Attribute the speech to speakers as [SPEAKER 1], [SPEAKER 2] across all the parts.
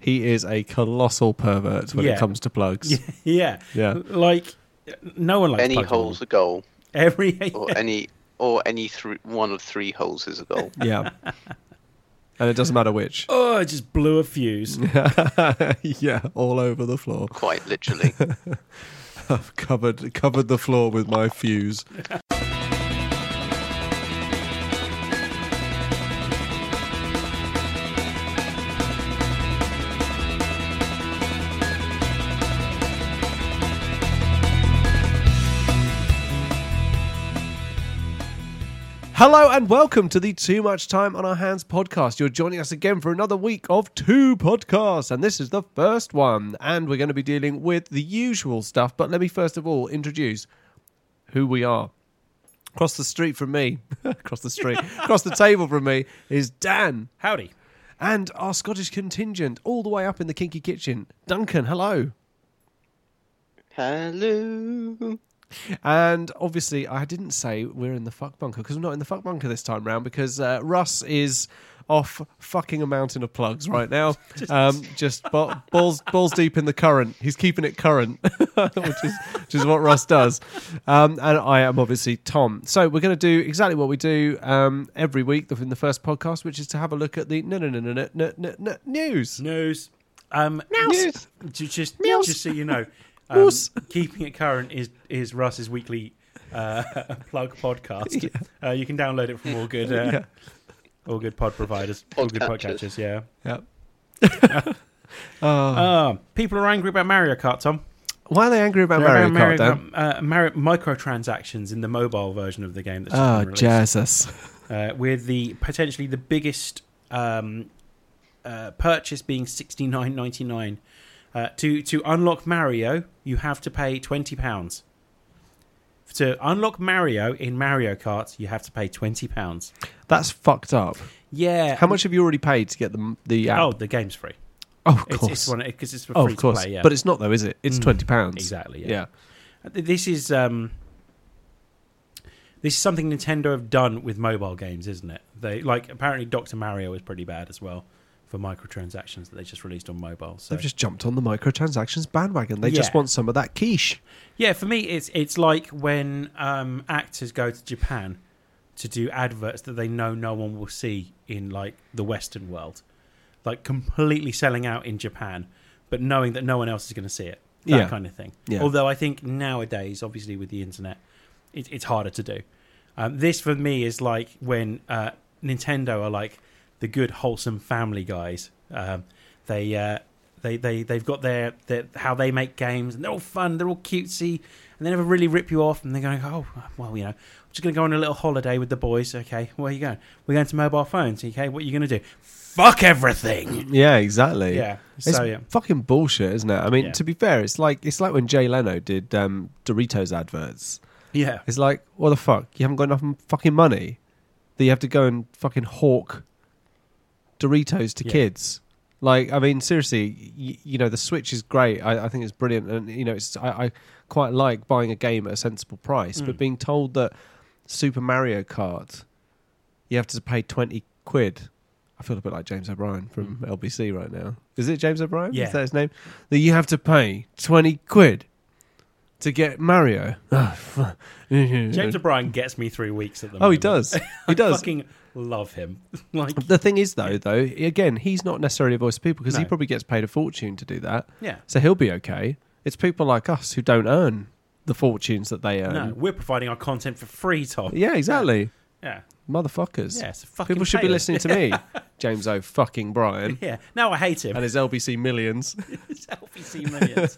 [SPEAKER 1] he is a colossal pervert when
[SPEAKER 2] Yeah.
[SPEAKER 1] it comes to plugs.
[SPEAKER 2] yeah,
[SPEAKER 1] Yeah.
[SPEAKER 2] Like no one likes
[SPEAKER 3] any
[SPEAKER 2] Pokemon.
[SPEAKER 3] hole's Oh. a goal,
[SPEAKER 2] Every
[SPEAKER 3] or any or any thr one of three holes is a goal.
[SPEAKER 1] yeah. And it doesn't matter which.
[SPEAKER 2] oh, it just blew a fuse.
[SPEAKER 1] yeah, all over the floor.
[SPEAKER 3] Quite literally.
[SPEAKER 1] I've covered covered the floor with my fuse. Hello and welcome to the Too Much Time on Our Hands podcast. You're joining us again for another week of two podcasts, and this is the first one. And we're going to be dealing with the usual stuff, but let me first of all introduce who we are. Across the street from me, across the street, across the table from me is Dan
[SPEAKER 2] Howdy.
[SPEAKER 1] and our Scottish contingent, all the way up in the kinky kitchen. Duncan, hello.
[SPEAKER 3] Hello.
[SPEAKER 1] And obviously, I didn't say we're in the fuck bunker because we're not in the fuck bunker this time round because uh, Russ is off fucking a mountain of plugs right now. um, just ba- balls balls deep in the current. He's keeping it current, which is which is what Russ does. Um, and I am obviously Tom. So we're going to do exactly what we do um, every week in the first podcast, which is to have a look at the no no no no no no, no, no news.
[SPEAKER 2] News. Um,
[SPEAKER 1] News.
[SPEAKER 2] Ju- Just,
[SPEAKER 1] News.
[SPEAKER 2] just so you know, um,
[SPEAKER 1] News.
[SPEAKER 2] keeping it current is is Russ's weekly uh, plug podcast. Uh, you can download it from all good uh, all good pod providers, all good
[SPEAKER 3] Podcatchers.
[SPEAKER 2] podcatchers. Yeah.
[SPEAKER 1] Yeah. Oh.
[SPEAKER 2] Um, people are angry about Mario Kart, Tom.
[SPEAKER 1] Why are they angry about
[SPEAKER 2] They're
[SPEAKER 1] Mario,
[SPEAKER 2] about
[SPEAKER 1] Kart? Dan?
[SPEAKER 2] Kart, uh, Mario microtransactions in the mobile version of the game. That's just
[SPEAKER 1] Oh,
[SPEAKER 2] been released.
[SPEAKER 1] Jesus.
[SPEAKER 2] uh, with the potentially the biggest um, uh, purchase being sixty nine ninety nine. Uh, to to unlock Mario, you have to pay twenty pounds. To unlock Mario in Mario Kart, you have to pay twenty pounds.
[SPEAKER 1] That's fucked up.
[SPEAKER 2] Yeah,
[SPEAKER 1] How much have you already paid to get the the app?
[SPEAKER 2] Oh, the game's free.
[SPEAKER 1] Oh, of
[SPEAKER 2] It's,
[SPEAKER 1] course.
[SPEAKER 2] it's one because it's for
[SPEAKER 1] oh,
[SPEAKER 2] free
[SPEAKER 1] of course.
[SPEAKER 2] to play. Yeah,
[SPEAKER 1] But it's not though, is it? It's
[SPEAKER 2] Mm.
[SPEAKER 1] twenty pounds.
[SPEAKER 2] exactly. Yeah.
[SPEAKER 1] Yeah.
[SPEAKER 2] this is um, this is something Nintendo have done with mobile games, isn't it? They like apparently Doctor Mario is pretty bad as well for microtransactions that they just released on mobile. So
[SPEAKER 1] They've just jumped on the microtransactions bandwagon. They just
[SPEAKER 2] Yeah.
[SPEAKER 1] want some of that quiche.
[SPEAKER 2] yeah, for me, it's it's like when um, actors go to Japan to do adverts that they know no one will see in like the Western world, like completely selling out in Japan, but knowing that no one else is going to see it. That
[SPEAKER 1] Yeah.
[SPEAKER 2] kind of thing.
[SPEAKER 1] Yeah.
[SPEAKER 2] Although I think nowadays, obviously with the internet, it, it's harder to do. Um, this for me is like when uh, Nintendo are like the good wholesome family guys. Um, they uh, they they they've got their, their how they make games and they're all fun, they're all cutesy, and they never really rip you off. And they're going, oh well, you know, I'm just going to go on a little holiday with the boys. Okay, where are you going? We're going to mobile phones. Okay, what are you going to do? Fuck everything.
[SPEAKER 1] Yeah, exactly.
[SPEAKER 2] Yeah.
[SPEAKER 1] It's
[SPEAKER 2] So yeah.
[SPEAKER 1] fucking bullshit, isn't it? I mean,
[SPEAKER 2] Yeah.
[SPEAKER 1] to be fair, it's like it's like when Jay Leno did um, Doritos adverts.
[SPEAKER 2] Yeah.
[SPEAKER 1] It's like, what the fuck? You haven't got enough m- fucking money that you have to go and fucking hawk Doritos to
[SPEAKER 2] Yeah.
[SPEAKER 1] kids. Like, I mean, seriously, you, you know, the Switch is great. I, I think it's brilliant, and you know, it's I, I quite like buying a game at a sensible price.
[SPEAKER 2] Mm.
[SPEAKER 1] But being told that Super Mario Kart, you have to pay twenty quid. I feel a bit like James O'Brien from LBC right now. Is it James O'Brien?
[SPEAKER 2] Mm-hmm. Yeah.
[SPEAKER 1] Is that his name? That you have to pay twenty quid to get Mario.
[SPEAKER 2] James O'Brien gets me three weeks at the moment.
[SPEAKER 1] Oh, he does. He does.
[SPEAKER 2] Fucking love him. like,
[SPEAKER 1] The thing is, though, though, again, he's not necessarily a voice of people because he
[SPEAKER 2] No.
[SPEAKER 1] probably gets paid a fortune to do that.
[SPEAKER 2] yeah.
[SPEAKER 1] So he'll be okay. It's people like us who don't earn the fortunes that they earn.
[SPEAKER 2] No, we're providing our content for free, Tom. Yeah.
[SPEAKER 1] Um, Yeah, exactly.
[SPEAKER 2] Yeah.
[SPEAKER 1] Motherfuckers.
[SPEAKER 2] yeah so fucking
[SPEAKER 1] people should be
[SPEAKER 2] pay us.
[SPEAKER 1] listening to me, James O. Fucking Bryan,
[SPEAKER 2] Yeah. Now I hate him.
[SPEAKER 1] and his LBC millions.
[SPEAKER 2] It's LBC Millions.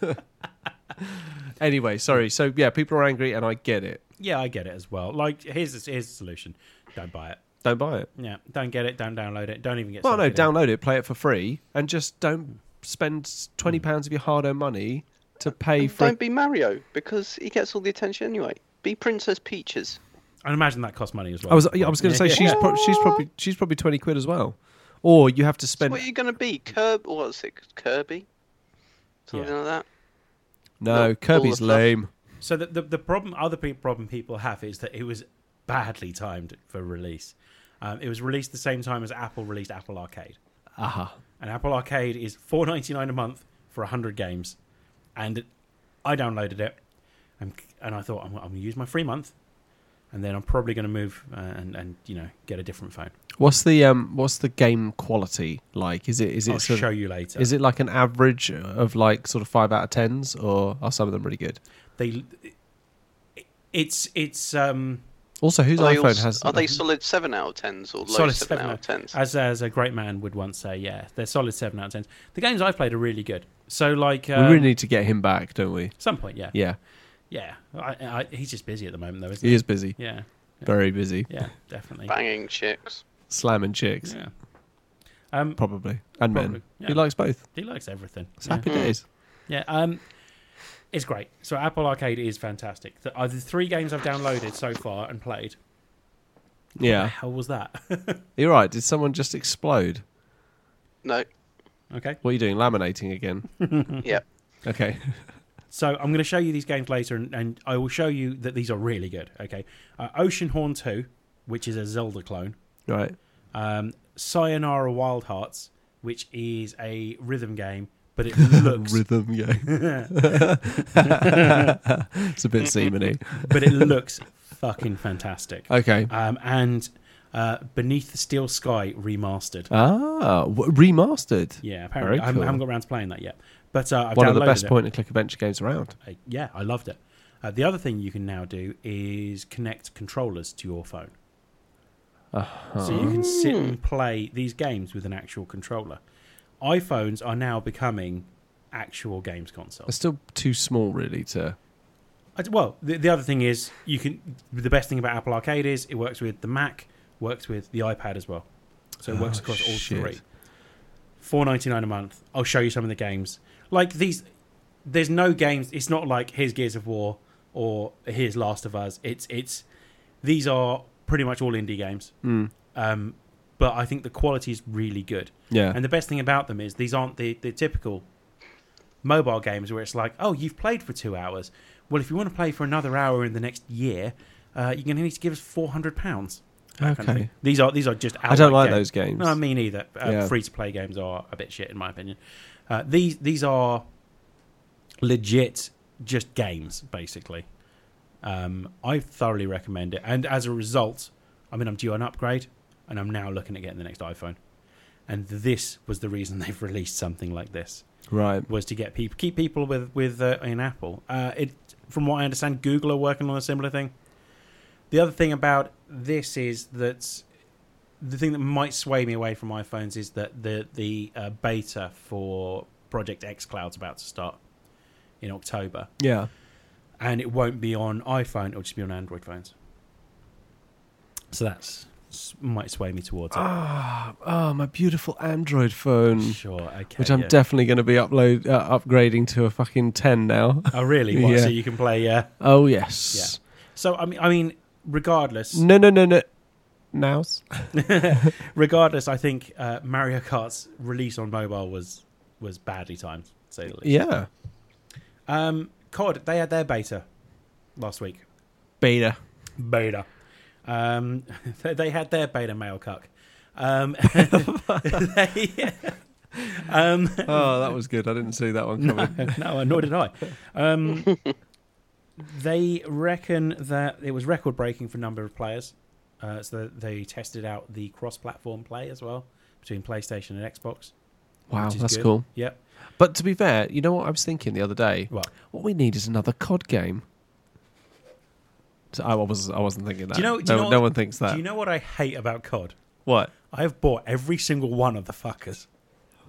[SPEAKER 1] anyway, sorry. So yeah, people are angry, and I get it.
[SPEAKER 2] yeah, I get it as well. Like, here's the, here's the solution. Don't buy it.
[SPEAKER 1] Don't buy it.
[SPEAKER 2] Yeah. Don't get it. Don't download it. Don't even get.
[SPEAKER 1] Well, no,
[SPEAKER 2] sucked in.
[SPEAKER 1] download it, play it for free, and just don't spend
[SPEAKER 2] Hmm.
[SPEAKER 1] twenty pounds of your hard-earned money to pay for.
[SPEAKER 3] Don't be Mario because he gets all the attention anyway. Be Princess Peaches.
[SPEAKER 2] I'd imagine that costs money as well.
[SPEAKER 1] I was yeah, I was going to say she's
[SPEAKER 2] Yeah.
[SPEAKER 1] pro- she's probably she's probably twenty quid as well, or you have to spend
[SPEAKER 3] What are you going to be? Kirby? What's it? Kirby? Something
[SPEAKER 2] Yeah.
[SPEAKER 3] like that.
[SPEAKER 1] no
[SPEAKER 3] No,
[SPEAKER 1] Kirby's
[SPEAKER 3] all the stuff.
[SPEAKER 1] lame.
[SPEAKER 2] So the, the the problem, other pe- problem people have is that it was badly timed for release. Um, it was released the same time as Apple released Apple Arcade.
[SPEAKER 1] Aha.
[SPEAKER 2] and Apple Arcade is four ninety nine a month for hundred games, and I downloaded it, and, and I thought I'm, I'm going to use my free month, and then I'm probably going to move uh, and and you know get a different phone.
[SPEAKER 1] What's the um? What's the game quality like? Is it is it
[SPEAKER 2] I'll
[SPEAKER 1] sort
[SPEAKER 2] show
[SPEAKER 1] of,
[SPEAKER 2] you later.
[SPEAKER 1] is it like an average of like sort of five out of tens, or are some of them really good?
[SPEAKER 2] they? It's it's um
[SPEAKER 1] Also, whose
[SPEAKER 3] Are they,
[SPEAKER 1] iPhone
[SPEAKER 3] all-
[SPEAKER 1] has?
[SPEAKER 3] are they solid seven out of tens or low
[SPEAKER 2] Solid
[SPEAKER 3] seven,
[SPEAKER 2] seven
[SPEAKER 3] out
[SPEAKER 2] out-
[SPEAKER 3] of tens?
[SPEAKER 2] as as a great man would once say. Yeah, they're solid seven out of tens. The games I've played are really good. So like um,
[SPEAKER 1] we really need to get him back, don't we?
[SPEAKER 2] some point, yeah,
[SPEAKER 1] Yeah,
[SPEAKER 2] yeah. I, I, he's just busy at the moment though, isn't
[SPEAKER 1] he is busy,
[SPEAKER 2] Yeah,
[SPEAKER 1] very busy,
[SPEAKER 2] yeah, definitely.
[SPEAKER 3] Banging chicks.
[SPEAKER 1] slamming chicks
[SPEAKER 2] Yeah. Um,
[SPEAKER 1] probably, and men.
[SPEAKER 2] Probably, yeah.
[SPEAKER 1] He likes both.
[SPEAKER 2] He likes everything.
[SPEAKER 1] It's
[SPEAKER 2] Yeah.
[SPEAKER 1] happy
[SPEAKER 3] Mm.
[SPEAKER 1] days.
[SPEAKER 2] yeah. Um, it's great. So Apple Arcade is fantastic. The, uh, the three games I've downloaded so far and played. What the
[SPEAKER 1] Yeah,
[SPEAKER 2] hell was that?
[SPEAKER 1] you're right. Did someone just explode?
[SPEAKER 3] No.
[SPEAKER 2] okay.
[SPEAKER 1] What are you doing? Laminating again?
[SPEAKER 3] yeah.
[SPEAKER 1] Okay.
[SPEAKER 2] So I'm going to show you these games later, and, and I will show you that these are really good. Okay. Uh, Oceanhorn 2, which is a Zelda clone.
[SPEAKER 1] Right.
[SPEAKER 2] Um, Sayonara Wild Hearts, which is a rhythm game, but it looks
[SPEAKER 1] Rhythm game. it's a bit seamany.
[SPEAKER 2] but it looks fucking fantastic.
[SPEAKER 1] Okay.
[SPEAKER 2] Um, and uh, Beneath the Steel Sky remastered.
[SPEAKER 1] Ah, w- remastered.
[SPEAKER 2] Yeah, apparently
[SPEAKER 1] Very
[SPEAKER 2] I haven't-
[SPEAKER 1] cool.
[SPEAKER 2] I haven't got around to playing that yet. But uh, I've
[SPEAKER 1] One of the
[SPEAKER 2] downloaded
[SPEAKER 1] best
[SPEAKER 2] it.
[SPEAKER 1] point and click adventure games around.
[SPEAKER 2] Uh, yeah, I loved it. Uh, the other thing you can now do is connect controllers to your phone,
[SPEAKER 1] Uh-huh.
[SPEAKER 2] so you can sit and play these games with an actual controller. iPhones are now becoming actual games
[SPEAKER 1] They're
[SPEAKER 2] consoles.
[SPEAKER 1] still too small, really, to.
[SPEAKER 2] I d- Well, the, the other thing is you can. The best thing about Apple Arcade is it works with the Mac, works with the iPad as well, so it works
[SPEAKER 1] Oh,
[SPEAKER 2] across all
[SPEAKER 1] shit.
[SPEAKER 2] three. Four ninety nine a month. I'll show you some of the games. Like these, there's no games. It's not like here's Gears of War or here's Last of Us. It's it's these are pretty much all indie games.
[SPEAKER 1] Mm.
[SPEAKER 2] Um, but I think the quality is really good.
[SPEAKER 1] Yeah.
[SPEAKER 2] And the best thing about them is these aren't the, the typical mobile games where it's like, oh, you've played for two hours. Well, if you want to play for another hour in the next year, uh, you're going to need to give us four hundred pounds.
[SPEAKER 1] okay.
[SPEAKER 2] These are these are just.
[SPEAKER 1] I don't
[SPEAKER 2] outright
[SPEAKER 1] like
[SPEAKER 2] games.
[SPEAKER 1] those games.
[SPEAKER 2] No, me neither. Uh,
[SPEAKER 1] Yeah.
[SPEAKER 2] Free to play games are a bit shit, in my opinion. Uh, these these are legit, just games, basically. Um, I thoroughly recommend it, and as a result, I mean, I'm due an upgrade, and I'm now looking at getting the next iPhone. And this was the reason they've released something like this
[SPEAKER 1] Right.
[SPEAKER 2] was to get people keep people with with uh, in Apple. Uh, it, from what I understand, Google are working on a similar thing. The other thing about this is that the thing that might sway me away from iPhones is that the the uh, beta for Project X Cloud's about to start in October,
[SPEAKER 1] Yeah.
[SPEAKER 2] and it won't be on iPhone; it'll just be on Android phones. So that's might sway me towards it.
[SPEAKER 1] Ah, ah, my beautiful Android phone,
[SPEAKER 2] sure, okay.
[SPEAKER 1] which I'm
[SPEAKER 2] yeah.
[SPEAKER 1] definitely going to be upload uh, upgrading to a fucking ten now.
[SPEAKER 2] Oh, really? What,
[SPEAKER 1] Yeah.
[SPEAKER 2] So you can play. Uh,
[SPEAKER 1] Oh yes.
[SPEAKER 2] so I mean, I mean, regardless.
[SPEAKER 1] No, no, no, no. Nows.
[SPEAKER 2] Regardless, I think uh, Mario Kart's release on mobile was was badly timed. to Say the least.
[SPEAKER 1] Yeah.
[SPEAKER 2] Um, COD they had their beta last week.
[SPEAKER 1] Beta.
[SPEAKER 2] Beta. Um, they- they had their beta mail cuck. Um, they- um,
[SPEAKER 1] Oh, that was good. I didn't see that one coming.
[SPEAKER 2] no, nor did I. Um, they reckon that it was record breaking for number of players. Uh, so they tested out the cross platform play as well between PlayStation and Xbox.
[SPEAKER 1] Wow,
[SPEAKER 2] which is
[SPEAKER 1] that's
[SPEAKER 2] good.
[SPEAKER 1] cool.
[SPEAKER 2] Yep.
[SPEAKER 1] But to be fair, you know what I was thinking the other day.
[SPEAKER 2] What?
[SPEAKER 1] What we need is another COD game. So I was I wasn't thinking that.
[SPEAKER 2] Do you know- do you
[SPEAKER 1] no,
[SPEAKER 2] know-
[SPEAKER 1] no one thinks that.
[SPEAKER 2] Do you know what I hate about COD?
[SPEAKER 1] what?
[SPEAKER 2] I have bought every single one of the fuckers.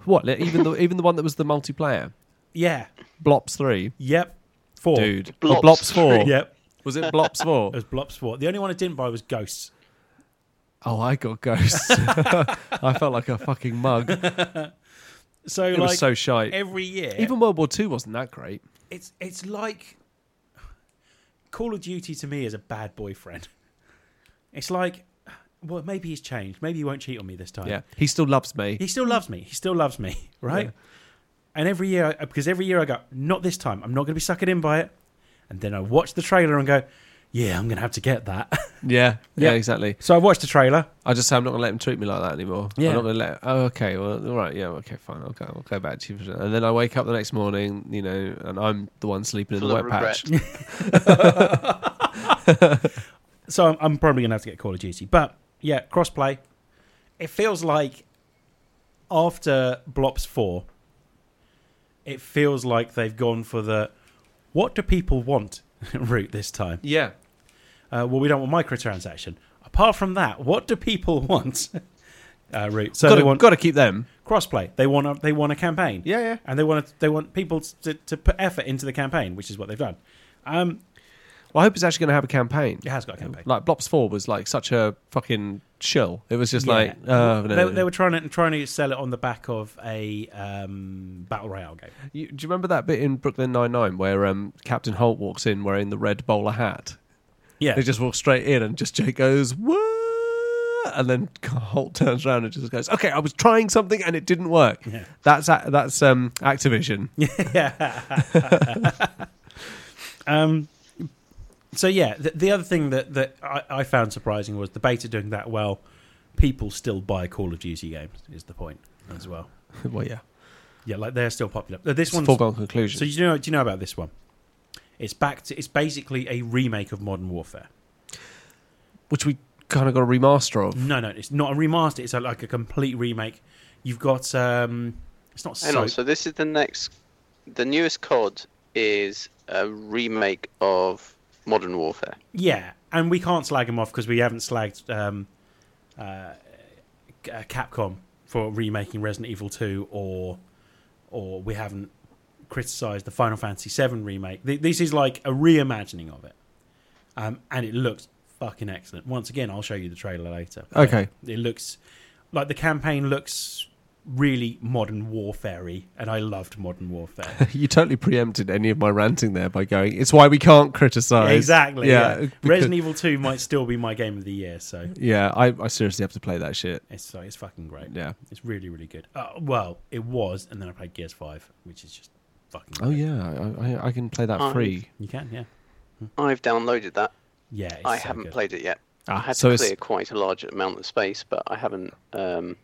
[SPEAKER 1] What? Like, Even the even the one that was the multiplayer,
[SPEAKER 2] Yeah.
[SPEAKER 1] Blops Three,
[SPEAKER 2] Yep. Four.
[SPEAKER 1] dude.
[SPEAKER 3] Blops
[SPEAKER 1] Or Blops Four.
[SPEAKER 2] Yep.
[SPEAKER 1] Was it Blops Four?
[SPEAKER 2] It was Blops Four. The only one I didn't buy was Ghosts.
[SPEAKER 1] oh, I got ghosts. I felt like a fucking mug. It
[SPEAKER 2] So like
[SPEAKER 1] was so shite.
[SPEAKER 2] every year,
[SPEAKER 1] even World War Two wasn't that great.
[SPEAKER 2] it's it's like Call of Duty to me is a bad boyfriend. It's like, well, maybe he's changed. Maybe he won't cheat on me this time.
[SPEAKER 1] Yeah, he still loves me.
[SPEAKER 2] He still loves me. He still loves me, right?
[SPEAKER 1] Yeah.
[SPEAKER 2] And every year, I- because every year I go, not this time. I'm not going to be suckered in by it. And then I watch the trailer and go, yeah, I'm going to have to get that.
[SPEAKER 1] Yeah, yeah,
[SPEAKER 2] Yeah.
[SPEAKER 1] exactly.
[SPEAKER 2] so I watched the trailer.
[SPEAKER 1] I just say I'm not going to let him treat me like that anymore.
[SPEAKER 2] Yeah.
[SPEAKER 1] I'm not going to let. Oh, okay. Well, all right. Yeah. Okay. Fine. I'll go. I'll go back to you. for- And then I wake up the next morning, you know, and I'm the one sleeping in
[SPEAKER 3] Full
[SPEAKER 1] the
[SPEAKER 3] of
[SPEAKER 1] wet patch.
[SPEAKER 2] So I'm, I'm probably going to have to get Call of Duty. But yeah, crossplay. It feels like after Blops 4, it feels like they've gone for the what do people want route this time.
[SPEAKER 1] Yeah.
[SPEAKER 2] Uh, well, we don't want microtransaction. Apart from that, what do people want uh, route? So
[SPEAKER 1] got,
[SPEAKER 2] they
[SPEAKER 1] to,
[SPEAKER 2] want
[SPEAKER 1] got to keep them.
[SPEAKER 2] crossplay. They want a, they want a campaign
[SPEAKER 1] Yeah. Yeah.
[SPEAKER 2] and they want to, they want people to, to put effort into the campaign, which is what they've done. Um,
[SPEAKER 1] Well, I hope it's actually going to have a campaign.
[SPEAKER 2] it has got a campaign.
[SPEAKER 1] Like Blops Four was like such a fucking shill. It was just
[SPEAKER 2] Yeah.
[SPEAKER 1] like oh, no.
[SPEAKER 2] they, they were trying to trying to sell it on the back of a um, battle royale game.
[SPEAKER 1] You, do you remember that bit in Brooklyn Nine Nine where um, Captain Holt walks in wearing the red bowler hat?
[SPEAKER 2] Yeah,
[SPEAKER 1] They just walk straight in, and just Jake goes what, and then Holt turns around and just goes, "Okay, I was trying something and it didn't work."
[SPEAKER 2] yeah,
[SPEAKER 1] That's a- that's um, Activision.
[SPEAKER 2] um, so yeah, the, the other thing that that I, I found surprising was the beta doing that well. People still buy Call of Duty games is the point as well.
[SPEAKER 1] well, yeah,
[SPEAKER 2] Yeah, like they're still popular. Uh, This
[SPEAKER 1] it's a
[SPEAKER 2] one's
[SPEAKER 1] foregone conclusion.
[SPEAKER 2] So do you know? Do you know about this one? It's back to. It's basically a remake of Modern Warfare.
[SPEAKER 1] which we kind of got a remaster of.
[SPEAKER 2] No, no, it's not a remaster. It's a, like a complete remake. You've got. um It's not.
[SPEAKER 3] Hang
[SPEAKER 2] so,
[SPEAKER 3] on. So this is the next, the newest COD is a remake of Modern Warfare.
[SPEAKER 2] Yeah, and we can't slag them off because we haven't slagged um, uh, C- uh, Capcom for remaking Resident Evil Two, or or we haven't criticised the Final Fantasy VII remake. Th- this is like a reimagining of it, um, and it looks fucking excellent. Once again, I'll show you the trailer later.
[SPEAKER 1] Okay.
[SPEAKER 2] it looks like the campaign looks really modern warfare-y, and I loved modern warfare.
[SPEAKER 1] you totally preempted any of my ranting there by going, "It's why we can't criticize."
[SPEAKER 2] exactly. Yeah.
[SPEAKER 1] because-
[SPEAKER 2] Resident Evil Two might still be my game of the year, so
[SPEAKER 1] yeah, I, I seriously have to play that shit.
[SPEAKER 2] it's so it's fucking great.
[SPEAKER 1] Yeah.
[SPEAKER 2] It's really really good. Uh, well, it was, and then I played Gears Five, which is just fucking.
[SPEAKER 1] Oh
[SPEAKER 2] great.
[SPEAKER 1] yeah, I, I, I can play that
[SPEAKER 3] Fine.
[SPEAKER 1] free.
[SPEAKER 2] you can yeah
[SPEAKER 3] I've downloaded that.
[SPEAKER 2] yeah. It's
[SPEAKER 3] I
[SPEAKER 2] so
[SPEAKER 3] haven't
[SPEAKER 2] good.
[SPEAKER 3] played it yet. I
[SPEAKER 1] Ah,
[SPEAKER 3] had
[SPEAKER 1] so
[SPEAKER 3] to
[SPEAKER 1] it's
[SPEAKER 3] clear quite a large amount of space, but I haven't. Um,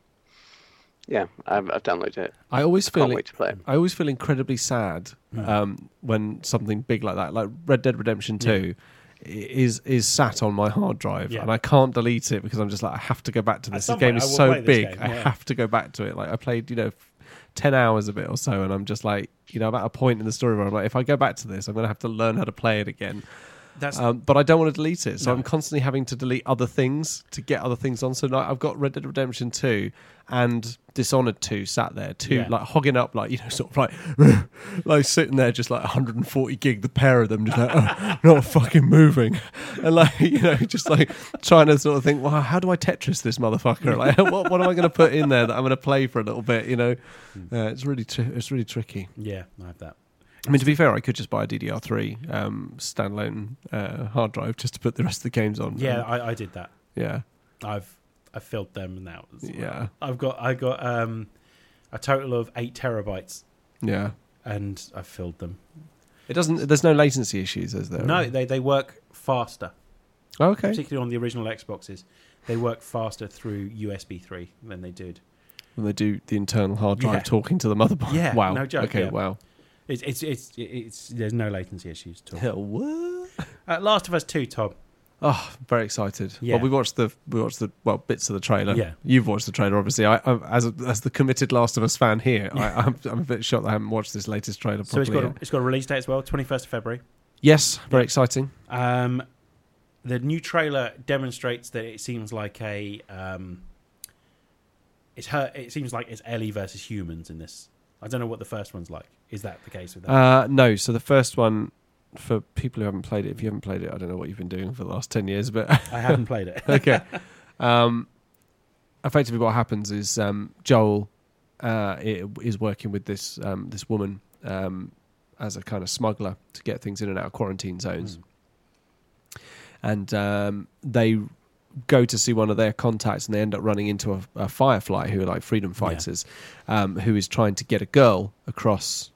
[SPEAKER 3] yeah, I've, I've downloaded it.
[SPEAKER 1] I always feel
[SPEAKER 3] Can't
[SPEAKER 1] it-
[SPEAKER 3] wait to play it.
[SPEAKER 1] I always feel incredibly sad
[SPEAKER 2] Mm.
[SPEAKER 1] um, when something big like that, like Red Dead Redemption Two, i is is sat on my hard drive
[SPEAKER 2] Yeah.
[SPEAKER 1] and I can't delete it because I'm just like I have to go back to
[SPEAKER 2] At
[SPEAKER 1] this.
[SPEAKER 2] some
[SPEAKER 1] This game
[SPEAKER 2] point, I
[SPEAKER 1] is
[SPEAKER 2] will
[SPEAKER 1] so
[SPEAKER 2] play this
[SPEAKER 1] big,
[SPEAKER 2] game,
[SPEAKER 1] I
[SPEAKER 2] yeah.
[SPEAKER 1] have to go back to it. Like I played, you know, f- ten hours of it or so, and I'm just like, you know, I'm at a point in the story where I'm like, if I go back to this, I'm going to have to learn how to play it again.
[SPEAKER 2] That's
[SPEAKER 1] Um, but I don't want to delete it, so
[SPEAKER 2] No.
[SPEAKER 1] I'm constantly having to delete other things to get other things on. So like, I've got Red Dead Redemption Two and Dishonored Two sat there, two
[SPEAKER 2] Yeah.
[SPEAKER 1] like hogging up, like you know, sort of like like sitting there, just like 140 gig, the pair of them, just like oh, not fucking moving, and like you know, just like trying to sort of think, well, how do I Tetris this motherfucker? Like, what what am I going to put in there that I'm going to play for a little bit? You know,
[SPEAKER 2] Hmm.
[SPEAKER 1] uh, it's really tri- it's really tricky.
[SPEAKER 2] yeah. I have that.
[SPEAKER 1] I mean, to be fair, I could just buy a DDR3 um, standalone uh, hard drive just to put the rest of the games on.
[SPEAKER 2] Yeah,
[SPEAKER 1] Um,
[SPEAKER 2] I, I did that.
[SPEAKER 1] yeah,
[SPEAKER 2] I've I filled them now. as well.
[SPEAKER 1] yeah,
[SPEAKER 2] I've got I got um a total of eight terabytes,
[SPEAKER 1] yeah.
[SPEAKER 2] and I've filled them.
[SPEAKER 1] It doesn't. There's no latency issues, is there?
[SPEAKER 2] No, they they work faster,
[SPEAKER 1] Oh, okay.
[SPEAKER 2] particularly on the original Xboxes. They work faster through USB three than they did
[SPEAKER 1] When they do the internal hard drive
[SPEAKER 2] Yeah.
[SPEAKER 1] talking to the motherboard.
[SPEAKER 2] Yeah,
[SPEAKER 1] Wow.
[SPEAKER 2] no joke,
[SPEAKER 1] Okay.
[SPEAKER 2] yeah.
[SPEAKER 1] Wow.
[SPEAKER 2] It's it's it's it's there's no latency issues at all.
[SPEAKER 1] Hell, what?
[SPEAKER 2] Uh, Last of Us Two, Tom.
[SPEAKER 1] Oh, very excited.
[SPEAKER 2] Yeah.
[SPEAKER 1] Well, we watched the we watched the well bits of the trailer.
[SPEAKER 2] Yeah.
[SPEAKER 1] You've watched the trailer, obviously. I, I as a, as the committed Last of Us fan here, I, I'm, I'm a bit shocked that I haven't watched this latest trailer.
[SPEAKER 2] So
[SPEAKER 1] Properly
[SPEAKER 2] it's got
[SPEAKER 1] yet.
[SPEAKER 2] a, it's got a release date as well, twenty first of February.
[SPEAKER 1] yes, very exciting.
[SPEAKER 2] Um, the new trailer demonstrates that it seems like a um, it's her. It seems like it's Ellie versus humans in this. I don't know what the first one's like. Is that the case with that?
[SPEAKER 1] Uh, no, so the first one for people who haven't played it, if you haven't played it, I don't know what you've been doing for the last ten years, but
[SPEAKER 2] I haven't played it.
[SPEAKER 1] okay. Um, effectively, what happens is um, Joel uh, i- is working with this um, this woman um, as a kind of smuggler to get things in and out of quarantine zones, and um, they go to see one of their contacts and they end up running into a, a firefly who are like freedom fighters um, who is trying to get a girl across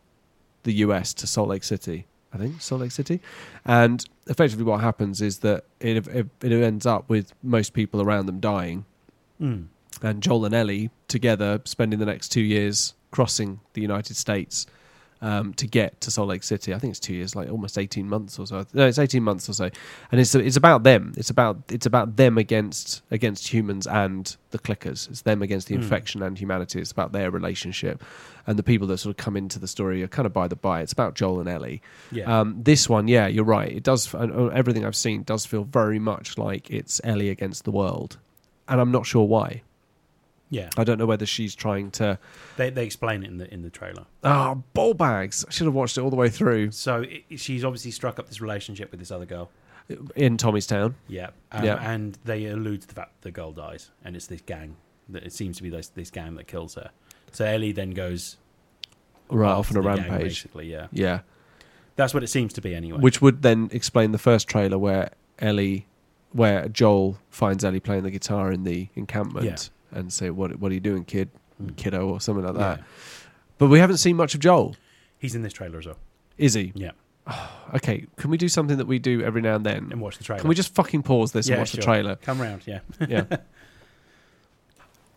[SPEAKER 1] the US to Salt Lake City I think Salt Lake City, and effectively what happens is that it it, it ends up with most people around them dying,
[SPEAKER 2] Mm.
[SPEAKER 1] and Joel and Ellie together spending the next two years crossing the United States um, to get to Salt Lake City. I think it's two years, like almost eighteen months or so. No, it's eighteen months or so, and it's it's about them. It's about it's about them against against humans and the clickers. It's them against the
[SPEAKER 2] Mm.
[SPEAKER 1] infection and humanity. It's about their relationship, and the people that sort of come into the story are kind of by the by. It's about Joel and Ellie.
[SPEAKER 2] Yeah.
[SPEAKER 1] Um, this one, yeah, you're right. It does. and, uh, Everything I've seen does feel very much like it's Ellie against the world, and I'm not sure why.
[SPEAKER 2] yeah.
[SPEAKER 1] I don't know whether she's trying to.
[SPEAKER 2] They, they explain it in the in the trailer.
[SPEAKER 1] Ah, ball bags. I should have watched it all the way through
[SPEAKER 2] So i she's obviously struck up this relationship with this other girl.
[SPEAKER 1] in Tommy's Town.
[SPEAKER 2] Yeah. Um,
[SPEAKER 1] Yeah.
[SPEAKER 2] And they allude to the fact the girl dies, and it's this gang that it seems to be this, this gang that kills her. So Ellie then goes
[SPEAKER 1] Right, off on
[SPEAKER 2] after
[SPEAKER 1] a
[SPEAKER 2] the gang,
[SPEAKER 1] rampage.
[SPEAKER 2] basically. Yeah.
[SPEAKER 1] yeah.
[SPEAKER 2] That's what it seems to be anyway.
[SPEAKER 1] Which would then explain the first trailer where Ellie, where Joel finds Ellie playing the guitar in the encampment and say, what, what are you doing, kid?
[SPEAKER 2] Mm.
[SPEAKER 1] Kiddo, or something like
[SPEAKER 2] Yeah.
[SPEAKER 1] that. But we haven't seen much of Joel,
[SPEAKER 2] He's in this trailer as well.
[SPEAKER 1] is he?
[SPEAKER 2] Yeah.
[SPEAKER 1] Okay, can we do something that we do every now and then?
[SPEAKER 2] And watch the trailer.
[SPEAKER 1] Can we just fucking pause this
[SPEAKER 2] Yeah,
[SPEAKER 1] and watch
[SPEAKER 2] sure.
[SPEAKER 1] the trailer?
[SPEAKER 2] come round? Yeah.
[SPEAKER 1] yeah.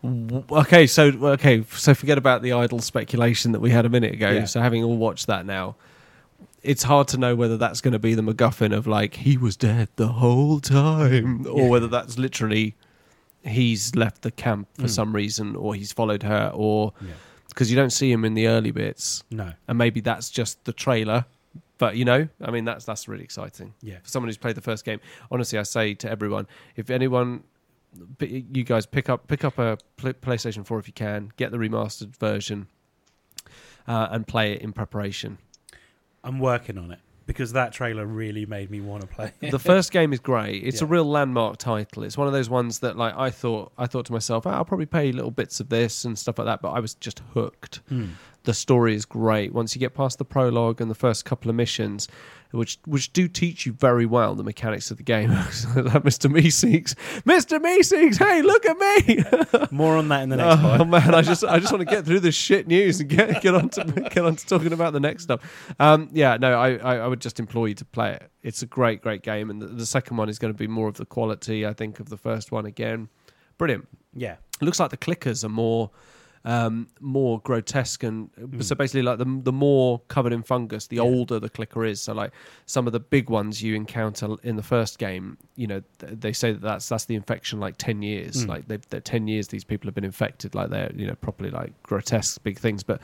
[SPEAKER 1] W- Okay, so okay, so forget about the idle speculation that we had a minute ago.
[SPEAKER 2] Yeah.
[SPEAKER 1] So having all watched that now, it's hard to know whether that's going to be the MacGuffin of like he was dead the whole time, or
[SPEAKER 2] Yeah.
[SPEAKER 1] whether that's literally he's left the camp for
[SPEAKER 2] Mm.
[SPEAKER 1] some reason, or he's followed her, or
[SPEAKER 2] Yeah.
[SPEAKER 1] because you don't see him in the early bits,
[SPEAKER 2] No.
[SPEAKER 1] and maybe that's just the trailer. But you know, I mean, that's that's really exciting
[SPEAKER 2] Yeah.
[SPEAKER 1] for someone who's played the first game. Honestly, I say to everyone, if anyone, p- you guys pick up pick up a pl- PlayStation Four if you can, get the remastered version, uh, and play it in preparation.
[SPEAKER 2] I'm working on it because that trailer really made me want to play. it.
[SPEAKER 1] The first game is great. It's a
[SPEAKER 2] Yeah.
[SPEAKER 1] real landmark title. It's one of those ones that like I thought I thought to myself, "Ah, I'll probably play little bits of this and stuff like that, but I was just hooked.
[SPEAKER 2] Mm.
[SPEAKER 1] the story is great. Once you get past the prologue and the first couple of missions, which which do teach you very well the mechanics of the game. like Mr. Meeseeks, Mr. Meeseeks, hey, look at me!
[SPEAKER 2] More on that in the next part.
[SPEAKER 1] oh man, I just I just want to get through this shit news and get get on to get on to talking about the next stuff. Um, yeah, no, I, I I would just implore you to play it. It's a great great game, and the, the second one is going to be more of the quality I think of the first one again. Brilliant.
[SPEAKER 2] Yeah.
[SPEAKER 1] It looks like the clickers are more um, more grotesque and so basically like the the more covered in fungus, the
[SPEAKER 2] Hmm. Yeah.
[SPEAKER 1] older the clicker is. So like some of the big ones you encounter in the first game, you know, th- they say that that's that's the infection like ten years,
[SPEAKER 2] Mm.
[SPEAKER 1] like they've, they're ten years these people have been infected, like they're you know properly like grotesque big things, but.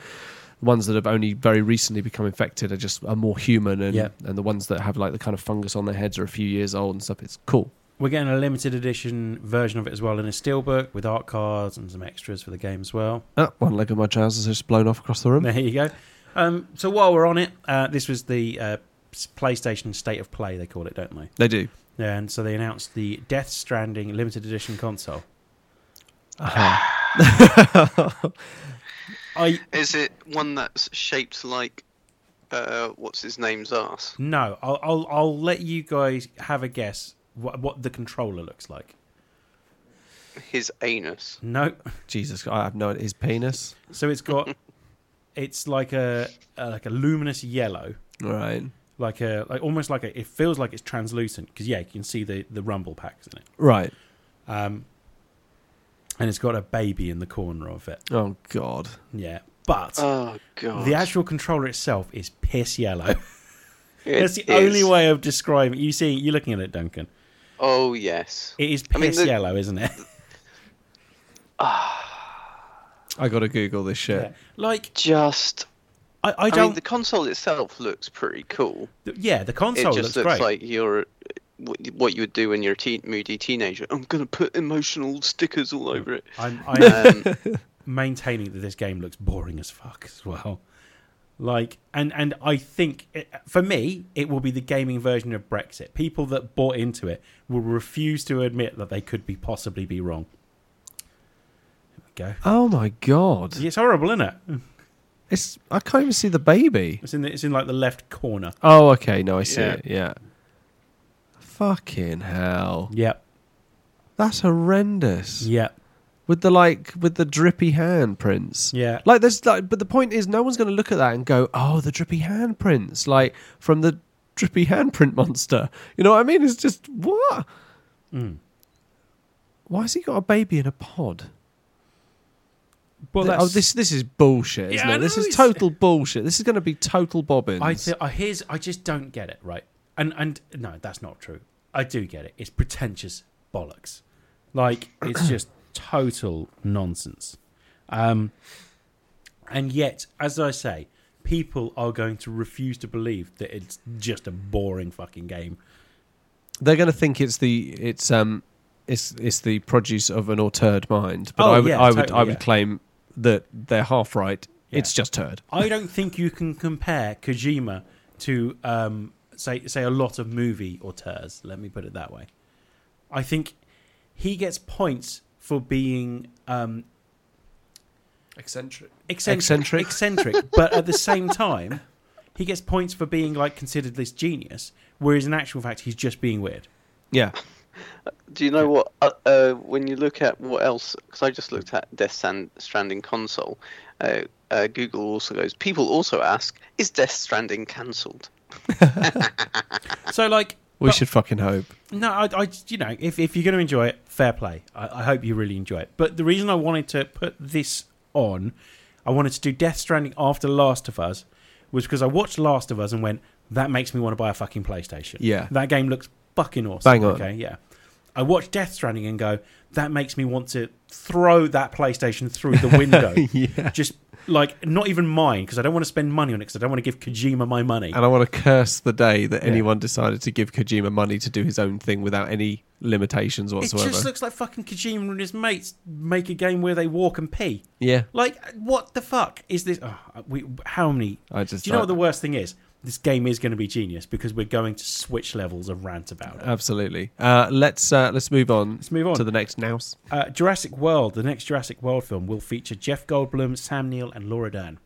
[SPEAKER 1] the Ones that have only very recently become infected are just are more human, and
[SPEAKER 2] Yeah.
[SPEAKER 1] and the ones that have like the kind of fungus on their heads are a few years old and stuff. It's cool.
[SPEAKER 2] We're getting a limited edition version of it as well in a steelbook with art cards and some extras for the game as well.
[SPEAKER 1] Ah, one leg of my trousers has blown off across the room.
[SPEAKER 2] There you go. Um, so while we're on it, uh, this was the uh, s- PlayStation State of Play, they call it, don't they?
[SPEAKER 1] They do.
[SPEAKER 2] And so they announced the Death Stranding limited edition console. Ah.
[SPEAKER 1] Uh-huh.
[SPEAKER 2] I
[SPEAKER 3] Is it one that's shaped like uh, what's his name's ass?
[SPEAKER 2] no, I'll I'll, I'll let you guys have a guess what, what the controller looks like.
[SPEAKER 3] His anus.
[SPEAKER 2] No,
[SPEAKER 1] Jesus, I have no idea. His penis.
[SPEAKER 2] so it's got it's like a, a like a luminous yellow,
[SPEAKER 1] Right.
[SPEAKER 2] like a like almost like a it feels like it's translucent because yeah, you can see the the rumble packs in it.
[SPEAKER 1] Right.
[SPEAKER 2] Um, and it's got a baby in the corner of it.
[SPEAKER 1] Oh God.
[SPEAKER 2] Yeah, but
[SPEAKER 3] Oh god.
[SPEAKER 2] the actual controller itself is piss yellow.
[SPEAKER 3] It
[SPEAKER 2] That's the
[SPEAKER 3] is-
[SPEAKER 2] only way of describing. You see, you're looking at it, Duncan.
[SPEAKER 3] Oh yes.
[SPEAKER 2] It is piss
[SPEAKER 3] I mean, the-
[SPEAKER 2] yellow, isn't it?
[SPEAKER 1] I gotta Google this shit.
[SPEAKER 2] Like
[SPEAKER 3] Just.
[SPEAKER 2] I, I
[SPEAKER 3] I,
[SPEAKER 2] don't.
[SPEAKER 3] mean, the console itself looks pretty cool.
[SPEAKER 2] yeah, the
[SPEAKER 3] It
[SPEAKER 2] console
[SPEAKER 3] just
[SPEAKER 2] looks,
[SPEAKER 3] looks,
[SPEAKER 2] great.
[SPEAKER 3] like you're what what you would do when you're a teen, moody teenager. I'm gonna put emotional stickers all over it.
[SPEAKER 2] I'm, I'm
[SPEAKER 3] Um,
[SPEAKER 2] maintaining that this game looks boring as fuck as well. Like, and and I think it, for me, it will be the gaming version of Brexit. People that bought into it will refuse to admit that they could be possibly be wrong. There we go.
[SPEAKER 1] Oh my God.
[SPEAKER 2] It's horrible, isn't it?
[SPEAKER 1] It's. I can't even see the baby.
[SPEAKER 2] It's in the, it's in like the left corner.
[SPEAKER 1] Oh, okay. No, I see
[SPEAKER 3] Yeah.
[SPEAKER 1] it. Yeah. Fucking hell.
[SPEAKER 2] Yep.
[SPEAKER 1] That's horrendous.
[SPEAKER 2] Yep.
[SPEAKER 1] With the like, with the drippy handprints.
[SPEAKER 2] Yeah.
[SPEAKER 1] Like there's like, but the point is, no one's going to look at that and go, "Oh, the drippy handprints!" Like from the drippy handprint monster. You know what I mean? It's just what?
[SPEAKER 2] Mm.
[SPEAKER 1] Why has he got a baby in a pod?
[SPEAKER 2] Well,
[SPEAKER 1] Th-
[SPEAKER 2] that's,
[SPEAKER 1] oh, this this is bullshit, isn't
[SPEAKER 2] Yeah, I
[SPEAKER 1] it? This
[SPEAKER 2] know,
[SPEAKER 1] is
[SPEAKER 2] it's-
[SPEAKER 1] total bullshit. This is going to be total bobbins.
[SPEAKER 2] I th- I here's I just don't get it right. And and no, that's not true. I do get it. It's pretentious bollocks. Like it's just total nonsense. Um, and yet, as I say, people are going to refuse to believe that it's just a boring fucking game.
[SPEAKER 1] They're going to think it's the it's um it's it's the produce of an altered mind. But
[SPEAKER 2] Oh,
[SPEAKER 1] I would
[SPEAKER 2] yeah,
[SPEAKER 1] I would I
[SPEAKER 2] totally,
[SPEAKER 1] would
[SPEAKER 2] yeah.
[SPEAKER 1] claim that they're half right.
[SPEAKER 2] Yeah.
[SPEAKER 1] It's just turd.
[SPEAKER 2] I don't think you can compare Kojima to um, say say a lot of movie auteurs. Let me put it that way. I think he gets points for being um,
[SPEAKER 1] Eccentric.
[SPEAKER 2] eccentric,
[SPEAKER 1] Eccentric.
[SPEAKER 2] eccentric, but at the same time, he gets points for being like considered this genius, whereas in actual fact, he's just being weird.
[SPEAKER 1] Yeah.
[SPEAKER 3] Do you know what? Uh, uh, when you look at what else, because I just looked at Death Strand- Stranding console, uh, uh, Google also goes. People also ask, is Death Stranding cancelled?
[SPEAKER 2] So like,
[SPEAKER 1] We
[SPEAKER 2] but-
[SPEAKER 1] should fucking hope.
[SPEAKER 2] No, I, I you know, if, if you're going to enjoy it, fair play. I, I hope you really enjoy it. But the reason I wanted to put this on, I wanted to do Death Stranding after Last of Us, was because I watched Last of Us and went, that makes me want to buy a fucking PlayStation.
[SPEAKER 1] Yeah.
[SPEAKER 2] That game looks fucking awesome.
[SPEAKER 1] Bang on.
[SPEAKER 2] Okay, yeah. I watched Death Stranding and go, that makes me want to throw that PlayStation through the window.
[SPEAKER 1] yeah.
[SPEAKER 2] Just like, not even mine, because I don't want to spend money on it, because I don't want to give Kojima my money.
[SPEAKER 1] And I want to curse the day that
[SPEAKER 2] Yeah.
[SPEAKER 1] anyone decided to give Kojima money to do his own thing without any limitations
[SPEAKER 2] It
[SPEAKER 1] whatsoever.
[SPEAKER 2] just looks like fucking Kojima and his mates make a game where they walk and pee.
[SPEAKER 1] yeah.
[SPEAKER 2] Like, what the fuck is this? Oh, we, how many?
[SPEAKER 1] I just
[SPEAKER 2] Do you know what the worst thing is? This game is going to be genius because we're going to switch levels of rant about it.
[SPEAKER 1] Absolutely. Uh, let's uh, let's move on
[SPEAKER 2] Let's move on.
[SPEAKER 1] to the next nouse.
[SPEAKER 2] uh, Jurassic World, the next Jurassic World film, will feature Jeff Goldblum, Sam Neill, and Laura Dern.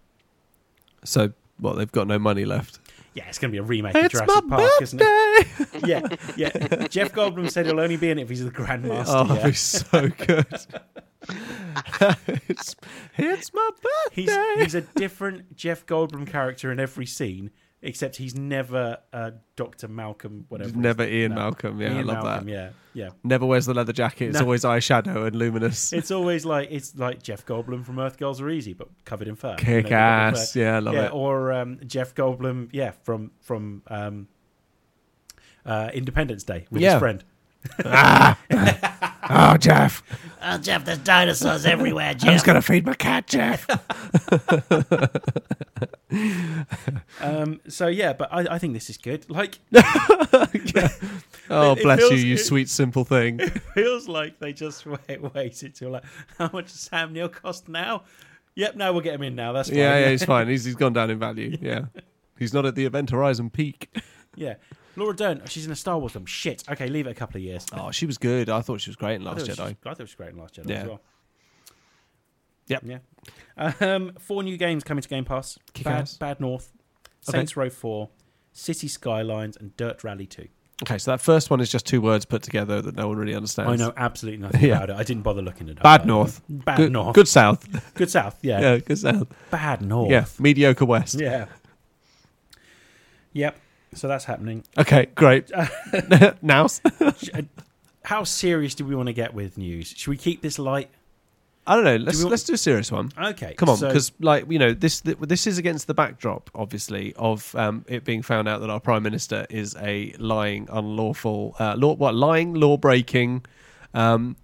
[SPEAKER 1] So, well, they've got no money left.
[SPEAKER 2] Yeah, it's going to be a remake of Jurassic Park, isn't it? Yeah, yeah. Jeff Goldblum said he'll only be in it if he's the Grandmaster.
[SPEAKER 1] Oh,
[SPEAKER 2] yeah.
[SPEAKER 1] that'd be so good. it's, it's my
[SPEAKER 2] He's
[SPEAKER 1] birthday.
[SPEAKER 2] he's a different Jeff Goldblum character in every scene, except he's never uh, Doctor Malcolm, whatever. his
[SPEAKER 1] Never
[SPEAKER 2] name-
[SPEAKER 1] Ian
[SPEAKER 2] no.
[SPEAKER 1] Malcolm. Yeah, I
[SPEAKER 2] Ian
[SPEAKER 1] love
[SPEAKER 2] Malcolm,
[SPEAKER 1] that.
[SPEAKER 2] Yeah, yeah.
[SPEAKER 1] Never wears the leather jacket. It's
[SPEAKER 2] No.
[SPEAKER 1] always eyeshadow and luminous.
[SPEAKER 2] It's always like it's like Jeff Goldblum from Earth Girls Are Easy, but covered in fur.
[SPEAKER 1] Kick
[SPEAKER 2] You know, covered in
[SPEAKER 1] ass.
[SPEAKER 2] fur.
[SPEAKER 1] Yeah, I love
[SPEAKER 2] yeah,
[SPEAKER 1] it.
[SPEAKER 2] or um, Jeff Goldblum, yeah, from from um, uh, Independence Day with
[SPEAKER 1] Yeah.
[SPEAKER 2] his friend.
[SPEAKER 1] Oh, Ah! Jeff.
[SPEAKER 4] Oh, Jeff, there's dinosaurs everywhere,
[SPEAKER 1] I'm
[SPEAKER 4] Jeff.
[SPEAKER 1] going to feed my cat, Jeff.
[SPEAKER 2] Um, so yeah, but I, I think this is good. Like,
[SPEAKER 1] oh,
[SPEAKER 2] It- it
[SPEAKER 1] bless you,
[SPEAKER 2] feels-
[SPEAKER 1] you
[SPEAKER 2] it-
[SPEAKER 1] sweet, simple thing.
[SPEAKER 2] feels like they just wait, waited till like, how much does Sam Neill cost now? Yep, now we'll get him in now. That's fine.
[SPEAKER 1] yeah, yeah, he's fine. He's, he's gone down in value. Yeah. He's not at the Event Horizon peak.
[SPEAKER 2] Yeah. Laura Dern, she's in a Star Wars film. Shit. Okay, leave it a couple of years.
[SPEAKER 1] Oh, she was good. I thought she was great in
[SPEAKER 2] I
[SPEAKER 1] Last
[SPEAKER 2] thought,
[SPEAKER 1] Jedi.
[SPEAKER 2] she was, I thought she was great in Last Jedi
[SPEAKER 1] Yeah.
[SPEAKER 2] as well.
[SPEAKER 1] Yep.
[SPEAKER 2] Yeah. Um, four new games coming to Game Pass.
[SPEAKER 1] Kick
[SPEAKER 2] Bad,
[SPEAKER 1] ass.
[SPEAKER 2] Bad North,
[SPEAKER 1] Okay.
[SPEAKER 2] Saints Row 4, City Skylines, and Dirt Rally 2.
[SPEAKER 1] Okay, so that first one is just two words put together that no one really understands.
[SPEAKER 2] I know absolutely nothing
[SPEAKER 1] Yeah.
[SPEAKER 2] about it. I didn't bother looking it up.
[SPEAKER 1] Bad North.
[SPEAKER 2] Bad
[SPEAKER 1] good,
[SPEAKER 2] North.
[SPEAKER 1] Good South.
[SPEAKER 2] Good South, yeah.
[SPEAKER 1] Yeah, good South.
[SPEAKER 2] Bad North.
[SPEAKER 1] Yeah, mediocre West.
[SPEAKER 2] Yeah. Yep. So that's happening.
[SPEAKER 1] Okay, great. now,
[SPEAKER 2] Sh- uh, How serious do we want to get with news? Should we keep this light?
[SPEAKER 1] I don't know. Let's
[SPEAKER 2] want-
[SPEAKER 1] let's do a serious one.
[SPEAKER 2] Okay.
[SPEAKER 1] Come on,
[SPEAKER 2] so-
[SPEAKER 1] because like you know this th- this is against the backdrop, obviously, of um, it being found out that our prime minister is a lying, unlawful, uh, law what lying, law breaking um,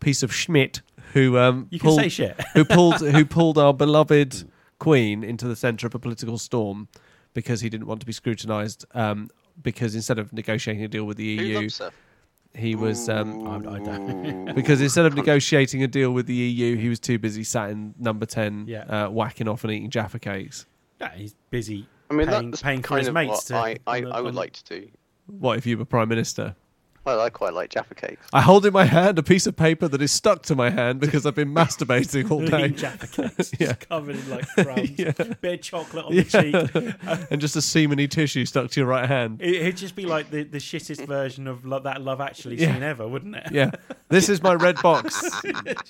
[SPEAKER 1] piece of schmidt who um,
[SPEAKER 2] you can
[SPEAKER 1] pulled,
[SPEAKER 2] say shit.
[SPEAKER 1] who pulled who pulled our beloved queen into the center of a political storm because he didn't want to be scrutinized. Um, because instead of negotiating a deal with the
[SPEAKER 3] Who
[SPEAKER 1] EU,
[SPEAKER 3] loves her?
[SPEAKER 1] he was um,
[SPEAKER 2] I, I don't.
[SPEAKER 1] because instead of negotiating a deal with the EU, he was too busy sat in number 10
[SPEAKER 2] Yeah.
[SPEAKER 1] uh, whacking off and eating Jaffa cakes.
[SPEAKER 2] No, he's busy.
[SPEAKER 3] I mean,
[SPEAKER 2] paying,
[SPEAKER 3] that's
[SPEAKER 2] paying for
[SPEAKER 3] kind
[SPEAKER 2] his
[SPEAKER 3] of
[SPEAKER 2] mates
[SPEAKER 3] what
[SPEAKER 2] to.
[SPEAKER 3] I, I,
[SPEAKER 2] on the-
[SPEAKER 3] I would
[SPEAKER 2] on-
[SPEAKER 3] like to do.
[SPEAKER 1] What if you were Prime Minister?
[SPEAKER 3] Well, I quite like Jaffa cakes.
[SPEAKER 1] I hold in my hand a piece of paper that is stuck to my hand because I've been masturbating all
[SPEAKER 2] Lean
[SPEAKER 1] day.
[SPEAKER 2] Jaffa cakes,
[SPEAKER 1] Yeah.
[SPEAKER 2] just covered in like crumbs,
[SPEAKER 1] Yeah.
[SPEAKER 2] bit of chocolate on the cheek. Uh,
[SPEAKER 1] Yeah. and just a semeny tissue stuck to your right hand.
[SPEAKER 2] It, it'd just be like the, the shittest version of lo- that Love Actually
[SPEAKER 1] Yeah.
[SPEAKER 2] scene ever, wouldn't it?
[SPEAKER 1] Yeah. This is my red box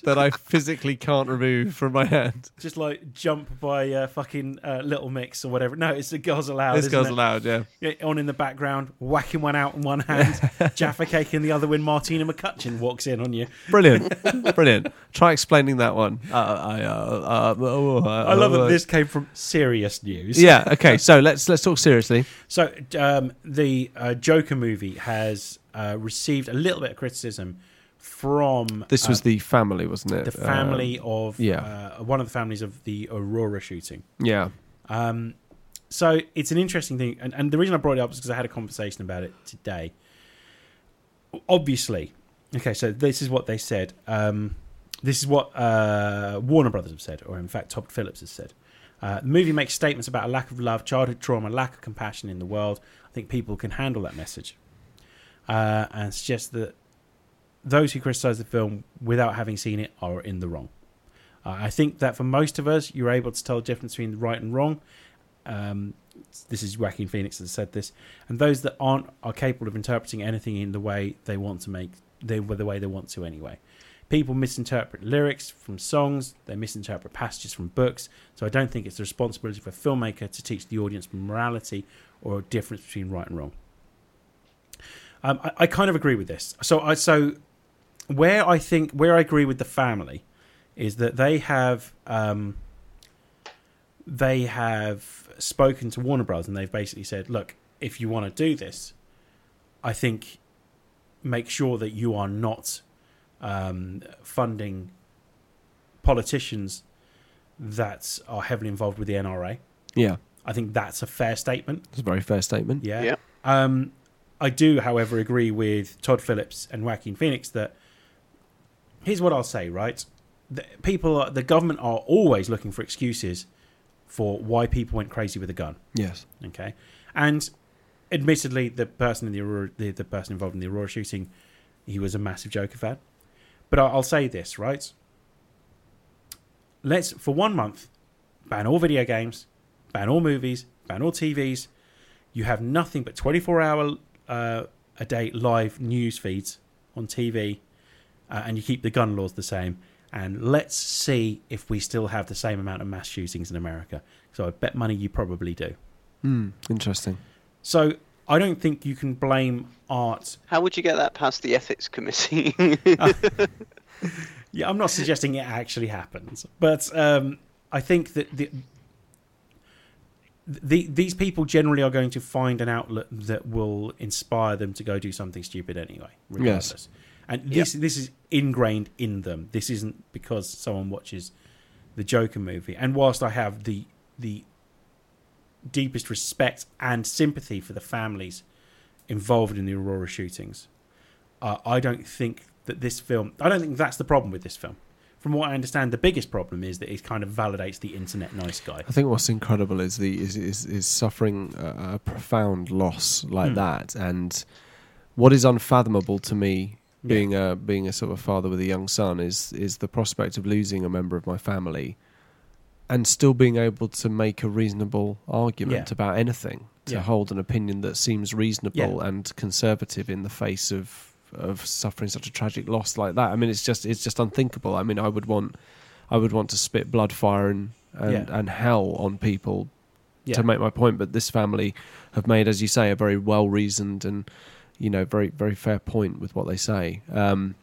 [SPEAKER 1] that I physically can't remove from my hand.
[SPEAKER 2] Just like jump by uh, fucking uh, Little Mix or whatever. No, it's the girls allowed.
[SPEAKER 1] this
[SPEAKER 2] isn't
[SPEAKER 1] goes
[SPEAKER 2] it?
[SPEAKER 1] loud, yeah.
[SPEAKER 2] Yeah, on in the background, whacking one out in one hand, Jaffa cake in the other when Martina McCutcheon walks in on you.
[SPEAKER 1] Brilliant. Brilliant. Try explaining that one. Uh, I, uh, uh, oh, uh,
[SPEAKER 2] I love
[SPEAKER 1] uh,
[SPEAKER 2] that this came from serious news.
[SPEAKER 1] Yeah, okay. So let's let's talk seriously.
[SPEAKER 2] So um, the uh, Joker movie has uh, received a little bit of criticism from
[SPEAKER 1] This
[SPEAKER 2] uh,
[SPEAKER 1] was the family, wasn't it? Uh,
[SPEAKER 2] the family of
[SPEAKER 1] yeah.
[SPEAKER 2] uh, one of the families of the Aurora shooting.
[SPEAKER 1] Um, yeah.
[SPEAKER 2] Um, so it's an interesting thing, and, and the reason I brought it up is because I had a conversation about it today. Obviously, okay. So this is what they said. Um, this is what uh, Warner Brothers have said, or in fact, Todd Phillips has said. Uh, the movie makes statements about a lack of love, childhood trauma, lack of compassion in the world. I think people can handle that message, uh, and suggests that those who criticize the film without having seen it are in the wrong. Uh, I think that for most of us, you're able to tell the difference between right and wrong. Um, this is Joaquin Phoenix that said this, and those that aren't are capable of interpreting anything in the way they want to make they the way they want to anyway. People misinterpret lyrics from songs, they misinterpret passages from books. So I don't think it's the responsibility for a filmmaker to teach the audience morality or a difference between right and wrong. Um, I, I kind of agree with this. So I so where I think where I agree with the family is that they have um, they have spoken to Warner Brothers and they've basically said, look, if you want to do this, I think make sure that you are not um, funding politicians that are heavily involved with the NRA.
[SPEAKER 1] Yeah.
[SPEAKER 2] I think that's a fair statement.
[SPEAKER 1] It's a very fair statement.
[SPEAKER 2] Yeah.
[SPEAKER 3] Yeah.
[SPEAKER 2] Um, I do, however, agree with Todd Phillips and Joaquin Phoenix that here's what I'll say, right? The people, are, the government are always looking for excuses for why people went crazy with a gun.
[SPEAKER 1] Yes.
[SPEAKER 2] Okay, and admittedly, the person in the Aurora, the, the person involved in the Aurora shooting, he was a massive Joker fan. But I, I'll say this, right? Let's for one month ban all video games, ban all movies, ban all TVs. You have nothing but twenty four hour uh, a day live news feeds on TV, uh, and you keep the gun laws the same. And let's see if we still have the same amount of mass shootings in America. So I bet money you probably do.
[SPEAKER 1] Hmm. interesting.
[SPEAKER 2] So I don't think you can blame art.
[SPEAKER 3] How would you get that past the ethics committee?
[SPEAKER 2] Yeah, I'm not suggesting it actually happens, but um, I think that the, the these people generally are going to find an outlet that will inspire them to go do something stupid anyway, regardless. And this this is ingrained in them. This isn't because someone watches the Joker movie. And whilst I have the the deepest respect and sympathy for the families involved in the Aurora shootings, uh, I don't think that this film. I don't think that's the problem with this film. From what I understand, the biggest problem is that it kind of validates the internet nice guy.
[SPEAKER 1] I think what's incredible is the is is, is suffering a, a profound loss like
[SPEAKER 2] Hmm.
[SPEAKER 1] that, and what is unfathomable to me,
[SPEAKER 2] Yeah.
[SPEAKER 1] being a being a sort of father with a young son, is is the prospect of losing a member of my family, and still being able to make a reasonable argument
[SPEAKER 2] Yeah.
[SPEAKER 1] about anything, to
[SPEAKER 2] Yeah.
[SPEAKER 1] hold an opinion that seems reasonable and conservative in the face of of suffering such a tragic loss like that. I mean, it's just it's just unthinkable. I mean, I would want I would want to spit blood, fire, and and,
[SPEAKER 2] Yeah.
[SPEAKER 1] and hell on people
[SPEAKER 2] Yeah.
[SPEAKER 1] to make my point. But this family have made, as you say, a very well reasoned and you know very very fair point with what they say. Um,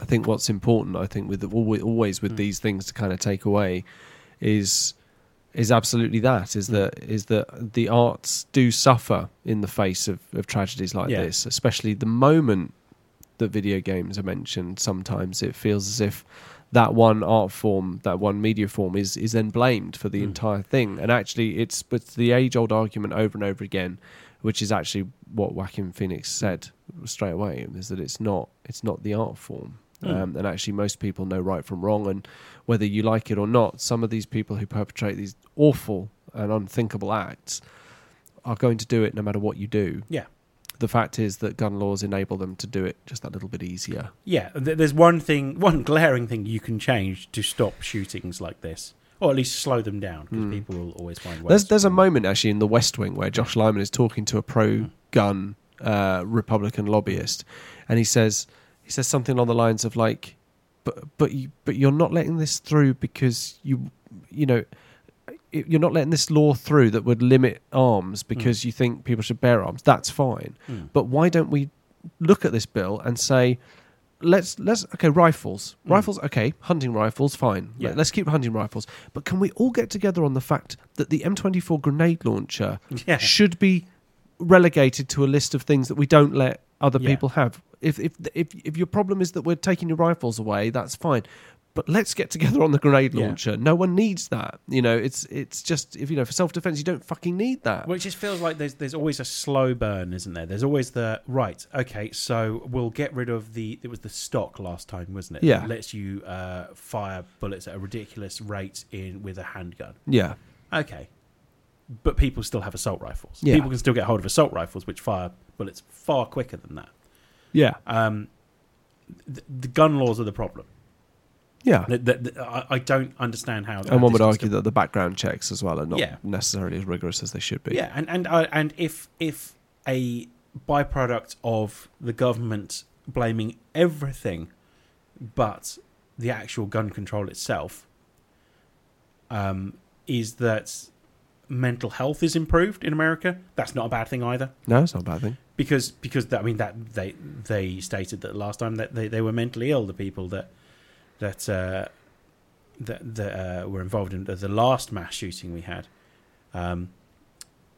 [SPEAKER 1] I think what's important, I think with always, always with
[SPEAKER 2] Mm.
[SPEAKER 1] these things to kind of take away, is is absolutely that
[SPEAKER 2] Mm.
[SPEAKER 1] is that is that the arts do suffer in the face of, of tragedies like
[SPEAKER 2] Yeah.
[SPEAKER 1] this, especially the moment that video games are mentioned. Sometimes it feels as if that one art form, that one media form, is is then blamed for the
[SPEAKER 2] Mm.
[SPEAKER 1] entire thing. And actually, it's but the age old argument over and over again, which is actually what Joaquin Phoenix said straight away, is that it's not it's not the art form.
[SPEAKER 2] Mm.
[SPEAKER 1] Um, and actually, most people know right from wrong, and whether you like it or not, some of these people who perpetrate these awful and unthinkable acts are going to do it no matter what you do.
[SPEAKER 2] Yeah.
[SPEAKER 1] the fact is that gun laws enable them to do it just that little bit easier.
[SPEAKER 2] Yeah, th- there's one thing, one glaring thing you can change to stop shootings like this, or at least slow them down, because people will always find ways.
[SPEAKER 1] Hmm. There's
[SPEAKER 2] to-
[SPEAKER 1] there's a moment actually in The West Wing where Josh Lyman is talking to a pro-gun uh, Republican lobbyist, and he says he says something along the lines of like, "But but you, but you're not letting this through because you you know." it- You're not letting this law through that would limit arms because you think people should bear arms. That's fine, but why don't we look at this bill and say, let's let's okay rifles rifles okay hunting rifles fine
[SPEAKER 2] Hmm. Yeah.
[SPEAKER 1] Let, us keep hunting rifles but can we all get together on the fact that the m24 grenade launcher
[SPEAKER 2] Hmm. Yeah.
[SPEAKER 1] should be relegated to a list of things that we don't let other
[SPEAKER 2] Yeah.
[SPEAKER 1] people have if, if if if your problem is that we're taking your rifles away that's fine but let's get together on the grenade
[SPEAKER 2] Yeah.
[SPEAKER 1] launcher no one needs that you know it's it's just if you know for self-defense you don't fucking need that
[SPEAKER 2] Well, it just feels like there's there's always a slow burn, isn't there? There's always the right. Okay, so we'll get rid of the it was the stock last time, wasn't it?
[SPEAKER 1] Yeah.
[SPEAKER 2] that lets you uh, fire bullets at a ridiculous rate in with a handgun.
[SPEAKER 1] yeah
[SPEAKER 2] Okay, but people still have assault rifles.
[SPEAKER 1] Yeah.
[SPEAKER 2] People can still get hold of assault rifles, which fire bullets far quicker than that.
[SPEAKER 1] yeah
[SPEAKER 2] Um, the, the gun laws are the problem.
[SPEAKER 1] yeah
[SPEAKER 2] The, the, the, I, I don't understand how.
[SPEAKER 1] and one would
[SPEAKER 2] this can
[SPEAKER 1] argue
[SPEAKER 2] still-
[SPEAKER 1] that the background checks as well are not
[SPEAKER 2] Yeah.
[SPEAKER 1] necessarily as rigorous as they should be.
[SPEAKER 2] Yeah, and and uh, and if if a byproduct of the government blaming everything but the actual gun control itself um, is that mental health is improved in America, that's not a bad thing either.
[SPEAKER 1] No, it's not a bad thing.
[SPEAKER 2] Because because that, I mean that they they stated that last time that they, they were mentally ill the people that that uh, that, that uh, were involved in the- the last mass shooting we had, um,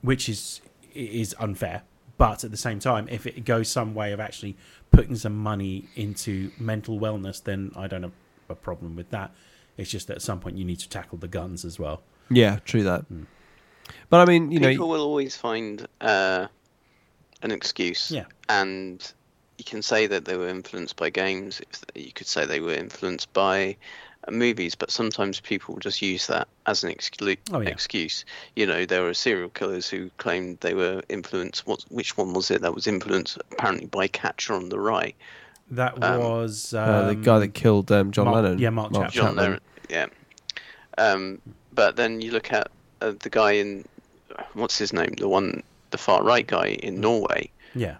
[SPEAKER 2] which is is unfair. But at the same time, if it goes some way of actually putting some money into mental wellness, then I don't have a problem with that. It's just that at some point you need to tackle the guns as well.
[SPEAKER 1] Yeah, true that. Mm. But I mean, you
[SPEAKER 3] people
[SPEAKER 1] know,
[SPEAKER 3] will always find uh, an excuse.
[SPEAKER 2] Yeah.
[SPEAKER 3] And you can say that they were influenced by games. If you could say they were influenced by uh, movies, but sometimes people just use that as an exclu-
[SPEAKER 2] Oh, yeah.
[SPEAKER 3] excuse. You know, there were serial killers who claimed they were influenced. What, which one was it that was influenced apparently by Catcher on the Rye?
[SPEAKER 2] That
[SPEAKER 3] Um,
[SPEAKER 2] was um,
[SPEAKER 1] uh, the guy that killed um, John
[SPEAKER 2] Mark-
[SPEAKER 1] Lennon.
[SPEAKER 2] yeah, Mark Chapman.
[SPEAKER 3] John Lennon. Yeah. Um, but then you look at uh, the guy in what's his name, the one, the far right guy in Norway,
[SPEAKER 2] yeah.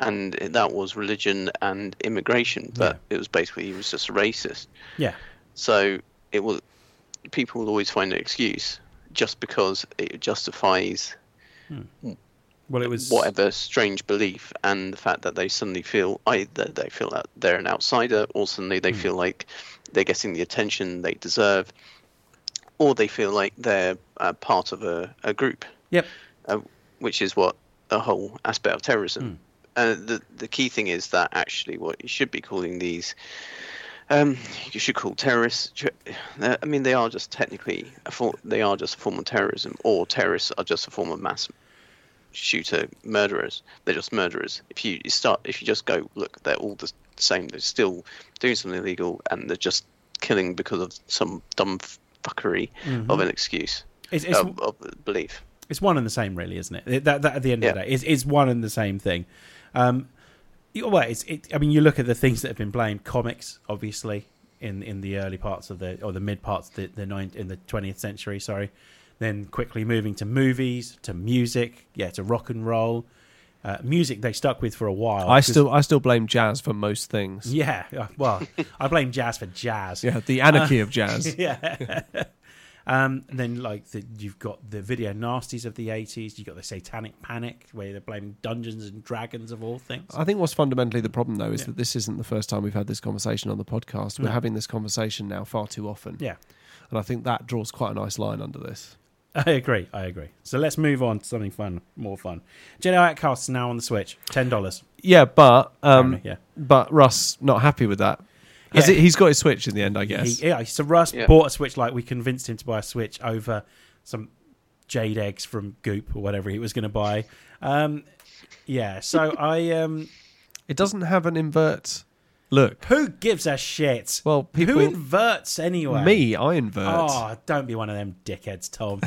[SPEAKER 3] and that was religion and immigration. But it was basically he was just a racist.
[SPEAKER 2] Yeah.
[SPEAKER 3] So it will. People will always find an excuse just because it justifies
[SPEAKER 2] Well, it was
[SPEAKER 3] whatever strange belief and the fact that they suddenly feel either they feel that they're an outsider or suddenly they feel like they're getting the attention they deserve or they feel like they're uh, part of a, a group
[SPEAKER 2] Yep.
[SPEAKER 3] uh, which is what the whole aspect of terrorism uh, the, the key thing is that actually what you should be calling these um, you should call terrorists. tr- uh, I mean, they are just technically a for, they are just a form of terrorism, or terrorists are just a form of mass shooter murderers. They're just murderers. If you start, if you just go look, they're all the same. They're still doing something illegal, and they're just killing because of some dumb fuckery of an excuse
[SPEAKER 2] It's, it's,
[SPEAKER 3] of, of belief.
[SPEAKER 2] it's one and the same, really, isn't it? it that, that at the end of the
[SPEAKER 3] Yeah.
[SPEAKER 2] day, it's, it's one and the same thing. Um, you- well, it's, it, I mean, you look at the things that have been blamed. Comics, obviously, in in the early parts of the or the mid parts of the the ninth in the twentieth century. Sorry, then quickly moving to movies, to music, yeah, to rock and roll. Uh, music they stuck with for a while.
[SPEAKER 1] I
[SPEAKER 2] 'cause-
[SPEAKER 1] still, I still blame jazz for most things.
[SPEAKER 2] yeah. yeah, Well, I blame jazz for jazz.
[SPEAKER 1] Yeah, the anarchy
[SPEAKER 2] Uh,
[SPEAKER 1] of jazz.
[SPEAKER 2] yeah. um, and then like the, you've got the video nasties of the 80s, you've got the satanic panic where they're blaming Dungeons and Dragons of all things.
[SPEAKER 1] I think what's fundamentally the problem, though, is
[SPEAKER 2] Yeah.
[SPEAKER 1] that this isn't the first time we've had this conversation on the podcast. We're having this conversation now far too often,
[SPEAKER 2] Yeah,
[SPEAKER 1] and I think that draws quite a nice line under this.
[SPEAKER 2] I agree. I agree. So let's move on to something fun, more fun. Jedi Outcasts now on the Switch, $10.
[SPEAKER 1] Yeah, but um,
[SPEAKER 2] Apparently, yeah.
[SPEAKER 1] but Russ not happy with that. Has
[SPEAKER 2] Yeah.
[SPEAKER 1] it, he's got his switch in the end, I guess.
[SPEAKER 2] He, yeah, so Russ
[SPEAKER 3] Yeah.
[SPEAKER 2] bought a Switch, like we convinced him to buy a Switch over some jade eggs from Goop or whatever he was going to buy. Um, yeah, so I. Um,
[SPEAKER 1] It doesn't have an invert look.
[SPEAKER 2] who gives a shit?
[SPEAKER 1] Well, people,
[SPEAKER 2] Who inverts anyway?
[SPEAKER 1] me, I invert.
[SPEAKER 2] Oh, don't be one of them dickheads, Tom.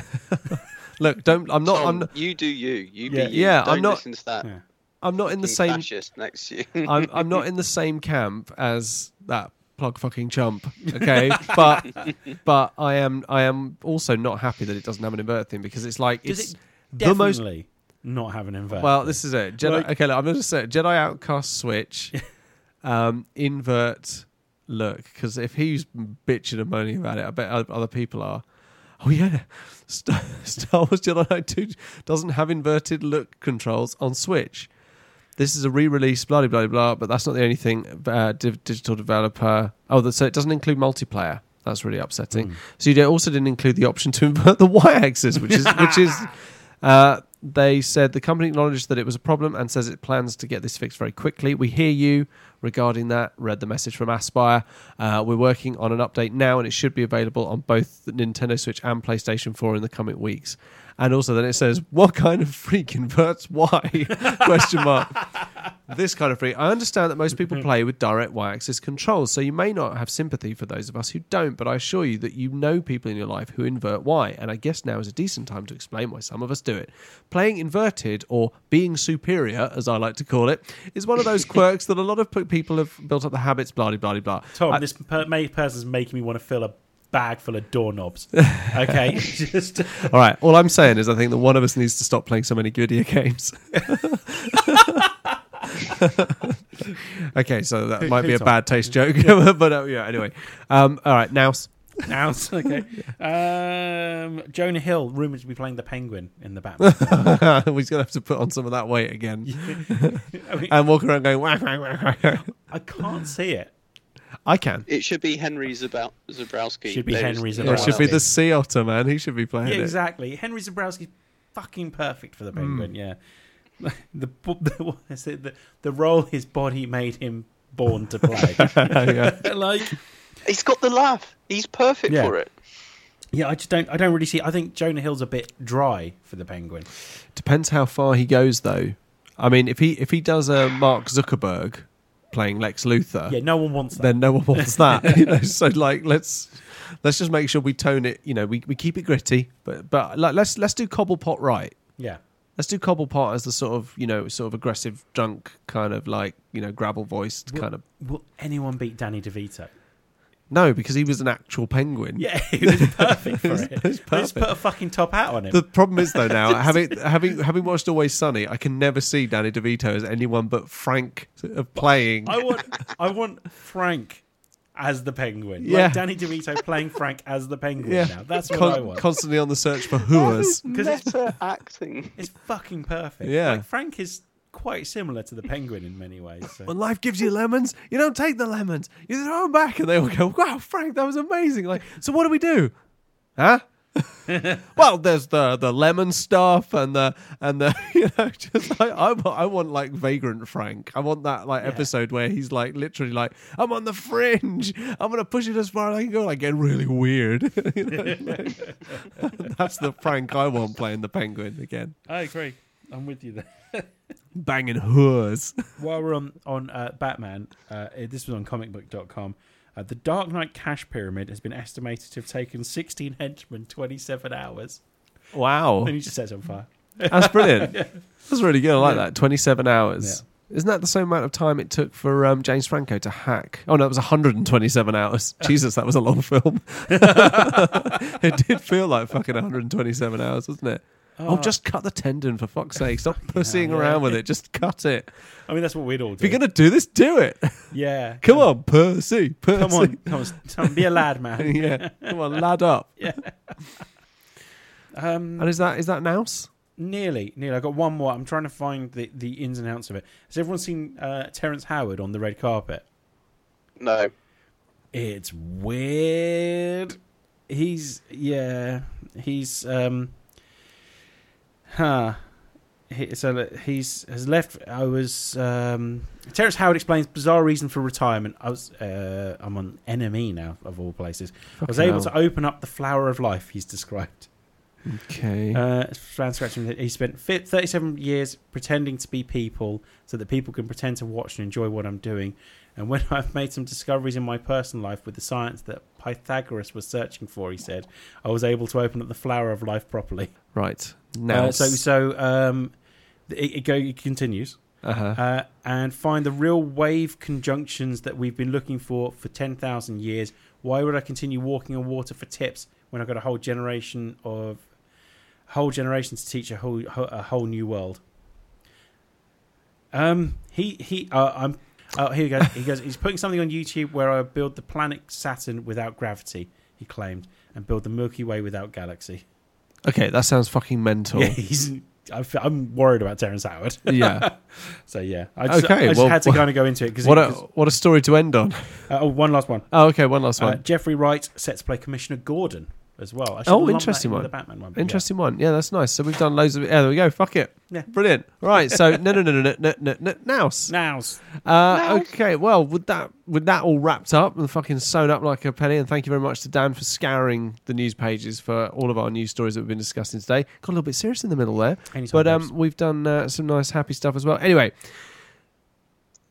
[SPEAKER 1] Look, don't. I'm not.
[SPEAKER 3] Tom,
[SPEAKER 1] I'm.
[SPEAKER 3] you do you. You
[SPEAKER 2] Yeah.
[SPEAKER 3] be you.
[SPEAKER 1] Yeah, I'm
[SPEAKER 3] Don't
[SPEAKER 1] not-
[SPEAKER 3] listen to that.
[SPEAKER 2] Yeah.
[SPEAKER 1] I'm not in the same.
[SPEAKER 3] fascist next to you.
[SPEAKER 1] I'm I'm not in the same camp as that plug fucking chump. Okay, but but I am I am also not happy that it doesn't have an invert thing because it's like
[SPEAKER 2] Does
[SPEAKER 1] it's
[SPEAKER 2] it
[SPEAKER 1] the most
[SPEAKER 2] definitely not have an invert.
[SPEAKER 1] well. This is it. Jedi,
[SPEAKER 2] Like-
[SPEAKER 1] okay, look, I'm going to say it. Jedi outcast switch, um, invert look because if he's bitching and moaning about it, I bet o- other people are. Oh yeah, Star, Star Wars Jedi Knight 2 doesn't have inverted look controls on Switch. This is a re-release, blah blah blah, blah but that's not the only thing. Uh, div- digital developer. Oh, that, so it doesn't include multiplayer. That's really upsetting. So you did- also didn't include the option to invert the y-axis, which is which is. Uh, they said the company acknowledged that it was a problem and says it plans to get this fixed very quickly. We hear you regarding that. Read the message from Aspire. Uh, we're working on an update now, and it should be available on both the Nintendo Switch and PlayStation 4 in the coming weeks. And also, then it says, "What kind of free converts? Why?" Question mark this kind of free. I understand that most people play with direct y-axis controls, so you may not have sympathy for those of us who don't. But I assure you that you know people in your life who invert y, and I guess now is a decent time to explain why some of us do it. Playing inverted or being superior, as I like to call it, is one of those quirks that a lot of p- people have built up the habits. Blah de blah de blah.
[SPEAKER 2] Tom,
[SPEAKER 1] I-
[SPEAKER 2] this per- ma- person's making me want to fill a bag full of doorknobs. Okay, just
[SPEAKER 1] All right. All I'm saying is, I think that one of us needs to stop playing so many video games. okay, so that might be a
[SPEAKER 2] who's on?
[SPEAKER 1] bad taste joke, but uh, yeah. Anyway, um, all right. Now,
[SPEAKER 2] now. Okay, um, Jonah Hill rumored to be playing the Penguin in the Batman.
[SPEAKER 1] we're gonna have to put on some of that weight again
[SPEAKER 2] I, mean,
[SPEAKER 1] and walk around going. Wah, wah, wah, wah.
[SPEAKER 2] I can't see it.
[SPEAKER 1] I can.
[SPEAKER 3] It should be Henry Zabal- Zabrowski.
[SPEAKER 2] Should be
[SPEAKER 3] There is
[SPEAKER 2] Henry
[SPEAKER 3] no
[SPEAKER 1] It
[SPEAKER 2] Zabrowski.
[SPEAKER 3] one
[SPEAKER 1] should be
[SPEAKER 3] else.
[SPEAKER 1] the sea otter man. He should be playing
[SPEAKER 2] Yeah,
[SPEAKER 1] it. Hmm.
[SPEAKER 2] exactly. Henry Zabrowski's fucking perfect for the Penguin. Yeah, the, bo- the what is it? The, the role his body made him born to play.
[SPEAKER 1] Yeah.
[SPEAKER 2] like,
[SPEAKER 3] He's got the laugh. He's perfect
[SPEAKER 2] Yeah.
[SPEAKER 3] for it.
[SPEAKER 2] yeah, I just don't. I don't really see. I think Jonah Hill's a bit dry for the Penguin.
[SPEAKER 1] Depends how far he goes, though. I mean, if he if he does a Mark Zuckerberg playing Lex Luthor,
[SPEAKER 2] Yeah, no one wants that.
[SPEAKER 1] then no one wants that. you know, so like let's let's just make sure we tone it. You know, we, we keep it gritty, but but like let's let's do Cobblepot right.
[SPEAKER 2] yeah.
[SPEAKER 1] Let's do Cobblepot as the sort of you know sort of aggressive drunk kind of like you know grabble voiced kind of
[SPEAKER 2] Will anyone beat Danny DeVito?
[SPEAKER 1] no because he was an actual penguin.
[SPEAKER 2] Yeah, he was perfect for it. Let's
[SPEAKER 1] perfect.
[SPEAKER 2] put a fucking top hat on him.
[SPEAKER 1] The problem is though now having having having watched Always Sunny, I can never see Danny DeVito as anyone but Frank uh, playing.
[SPEAKER 2] I want, I want Frank as the Penguin.
[SPEAKER 1] Yeah.
[SPEAKER 2] like Danny DeVito playing Frank as the Penguin.
[SPEAKER 1] yeah,
[SPEAKER 2] now that's what
[SPEAKER 1] Con-
[SPEAKER 2] I want.
[SPEAKER 1] Constantly on the search for whoas.
[SPEAKER 2] Because it's,
[SPEAKER 3] Meta acting.
[SPEAKER 2] it's fucking perfect.
[SPEAKER 1] Yeah.
[SPEAKER 2] like, Frank is quite similar to the Penguin in many ways. so-
[SPEAKER 1] when life gives you lemons, you don't take the lemons. You throw them back, and they all go, "Wow, Frank, that was amazing!" Like, so what do we do? Huh? well, there's the the lemon stuff and the and the you know just like I, wa- I want like vagrant Frank. I want that like episode where he's like literally like I'm on the fringe. I'm gonna push it as far as I can go. Like get really weird. You know, like- that's the Frank I want playing the penguin again,
[SPEAKER 2] I agree. I'm with you there.
[SPEAKER 1] banging whores.
[SPEAKER 2] While we're on on uh, Batman, uh, eh, this was on comicbook.com. Uh, the Dark Knight cash pyramid has been estimated to have taken 16 henchmen 27 hours.
[SPEAKER 1] Wow,
[SPEAKER 2] And he just sets it on fire.
[SPEAKER 1] That's brilliant. That's really good. I like that. 27 hours. Isn't that the same amount of time it took for um, James Franco to hack? Oh, no, it was 127 hours. Jesus, that was a long film. it did feel like fucking 127 hours, wasn't it? Oh, just cut the tendon for fuck's sake. Stop pussying
[SPEAKER 2] Ah. hell, yeah.
[SPEAKER 1] around with it. Just cut it.
[SPEAKER 2] I mean, that's what we'd all do.
[SPEAKER 1] If you're going to do this, do it.
[SPEAKER 2] yeah.
[SPEAKER 1] Come on, Percy. Percy.
[SPEAKER 2] Come on, come on, Tom, be a lad, man.
[SPEAKER 1] yeah. Come on, lad up.
[SPEAKER 2] Um,
[SPEAKER 1] And is that is that Nouse?
[SPEAKER 2] nearly, nearly. I got one more. I'm trying to find the, the ins and outs of it. Has everyone seen uh, Terrence Howard on the red carpet?
[SPEAKER 3] No.
[SPEAKER 2] It's weird. He's yeah. He's um. Huh. He, so that he's has left. I was um. Terrence Howard explains bizarre reason for retirement. I was uh. I'm on NME now of all places. I was
[SPEAKER 1] Fucking
[SPEAKER 2] able
[SPEAKER 1] hell.
[SPEAKER 2] to uh, open up the flower of life. He's described.
[SPEAKER 1] Okay.
[SPEAKER 2] Uh, Fran Scratching, he spent fi- 37 years pretending to be people so that people can pretend to watch and enjoy what I'm doing. And when I've made some discoveries in my personal life with the science that Pythagoras was searching for, he said, I was able to open up the flower of life properly.
[SPEAKER 1] right.
[SPEAKER 2] Uh,
[SPEAKER 1] Nouse.
[SPEAKER 2] so so um, it, it, go, it continues.
[SPEAKER 1] Uh-huh.
[SPEAKER 2] uh, and find the real wave conjunctions that we've been looking for for 10,000 years. Why would I continue walking on water for tips when I've got a whole generation of whole generation to teach a whole ho- a whole new world? Um, he he. Uh, I'm. Oh, here he goes. He goes. He's putting something on YouTube where I build the planet Saturn without gravity. He claimed, and build the Milky Way without galaxy.
[SPEAKER 1] Okay, that sounds fucking mental.
[SPEAKER 2] Yeah, he's. I feel, I'm worried about Terrence Howard.
[SPEAKER 1] yeah.
[SPEAKER 2] So yeah, I just,
[SPEAKER 1] Okay,
[SPEAKER 2] I just
[SPEAKER 1] well,
[SPEAKER 2] had to
[SPEAKER 1] wha-
[SPEAKER 2] kind of go into it because
[SPEAKER 1] What a what a story to end on.
[SPEAKER 2] oh, one last one.
[SPEAKER 1] Oh, okay, one last
[SPEAKER 2] Uh,
[SPEAKER 1] one.
[SPEAKER 2] Jeffrey Wright set to play Commissioner Gordon as well. I should
[SPEAKER 1] Oh,
[SPEAKER 2] lump that
[SPEAKER 1] interesting
[SPEAKER 2] in with
[SPEAKER 1] one.
[SPEAKER 2] The Batman one. but
[SPEAKER 1] Interesting one. Yeah, that's nice. So we've done loads of. Yeah, there we go. Fuck it.
[SPEAKER 2] Yeah.
[SPEAKER 1] Brilliant. All right. So no, no, no, no, no, no, no, no, nouse.
[SPEAKER 2] Yeah. Nows.
[SPEAKER 1] Uh, okay, well, with that with that all wrapped up and fucking sewn up like a penny, and thank you very much to Dan for scouring the news pages for all of our news stories that we've been discussing today. Got a little bit serious in the middle there,
[SPEAKER 2] Anytime,
[SPEAKER 1] but um,
[SPEAKER 2] Babs.
[SPEAKER 1] we've done uh, some nice happy stuff as well. Anyway.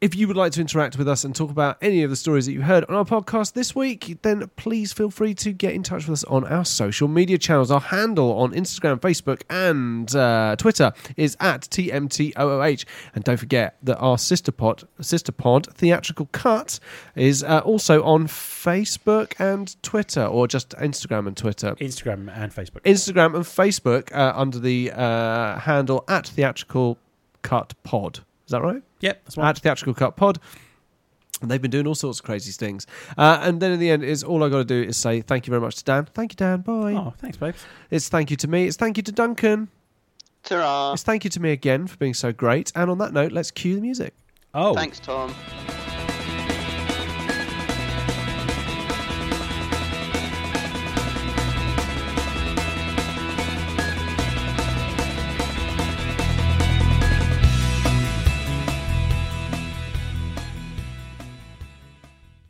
[SPEAKER 1] If you would like to interact with us and talk about any of the stories that you heard on our podcast this week, then please feel free to get in touch with us on our social media channels. Our handle on Instagram, Facebook, and uh, Twitter is at TMTOOH. And don't forget that our sister pod, sister pod Theatrical Cut, is uh, also on Facebook and Twitter, or just Instagram and Twitter.
[SPEAKER 2] Instagram and Facebook.
[SPEAKER 1] Instagram and Facebook uh, under the uh, handle at Theatrical Cut Pod. Is that right?
[SPEAKER 2] yep, that's one.
[SPEAKER 1] at Theatrical Cut Pod. And they've been doing all sorts of crazy things. Uh, and then in the end, is all I got to do is say thank you very much to Dan. Thank you, Dan. Bye.
[SPEAKER 2] oh, thanks, babes.
[SPEAKER 1] It's thank you to me. It's thank you to Duncan.
[SPEAKER 3] Ta-ra.
[SPEAKER 1] It's thank you to me again for being so great. And on that note, let's cue the music.
[SPEAKER 2] Oh,
[SPEAKER 3] Thanks, Tom.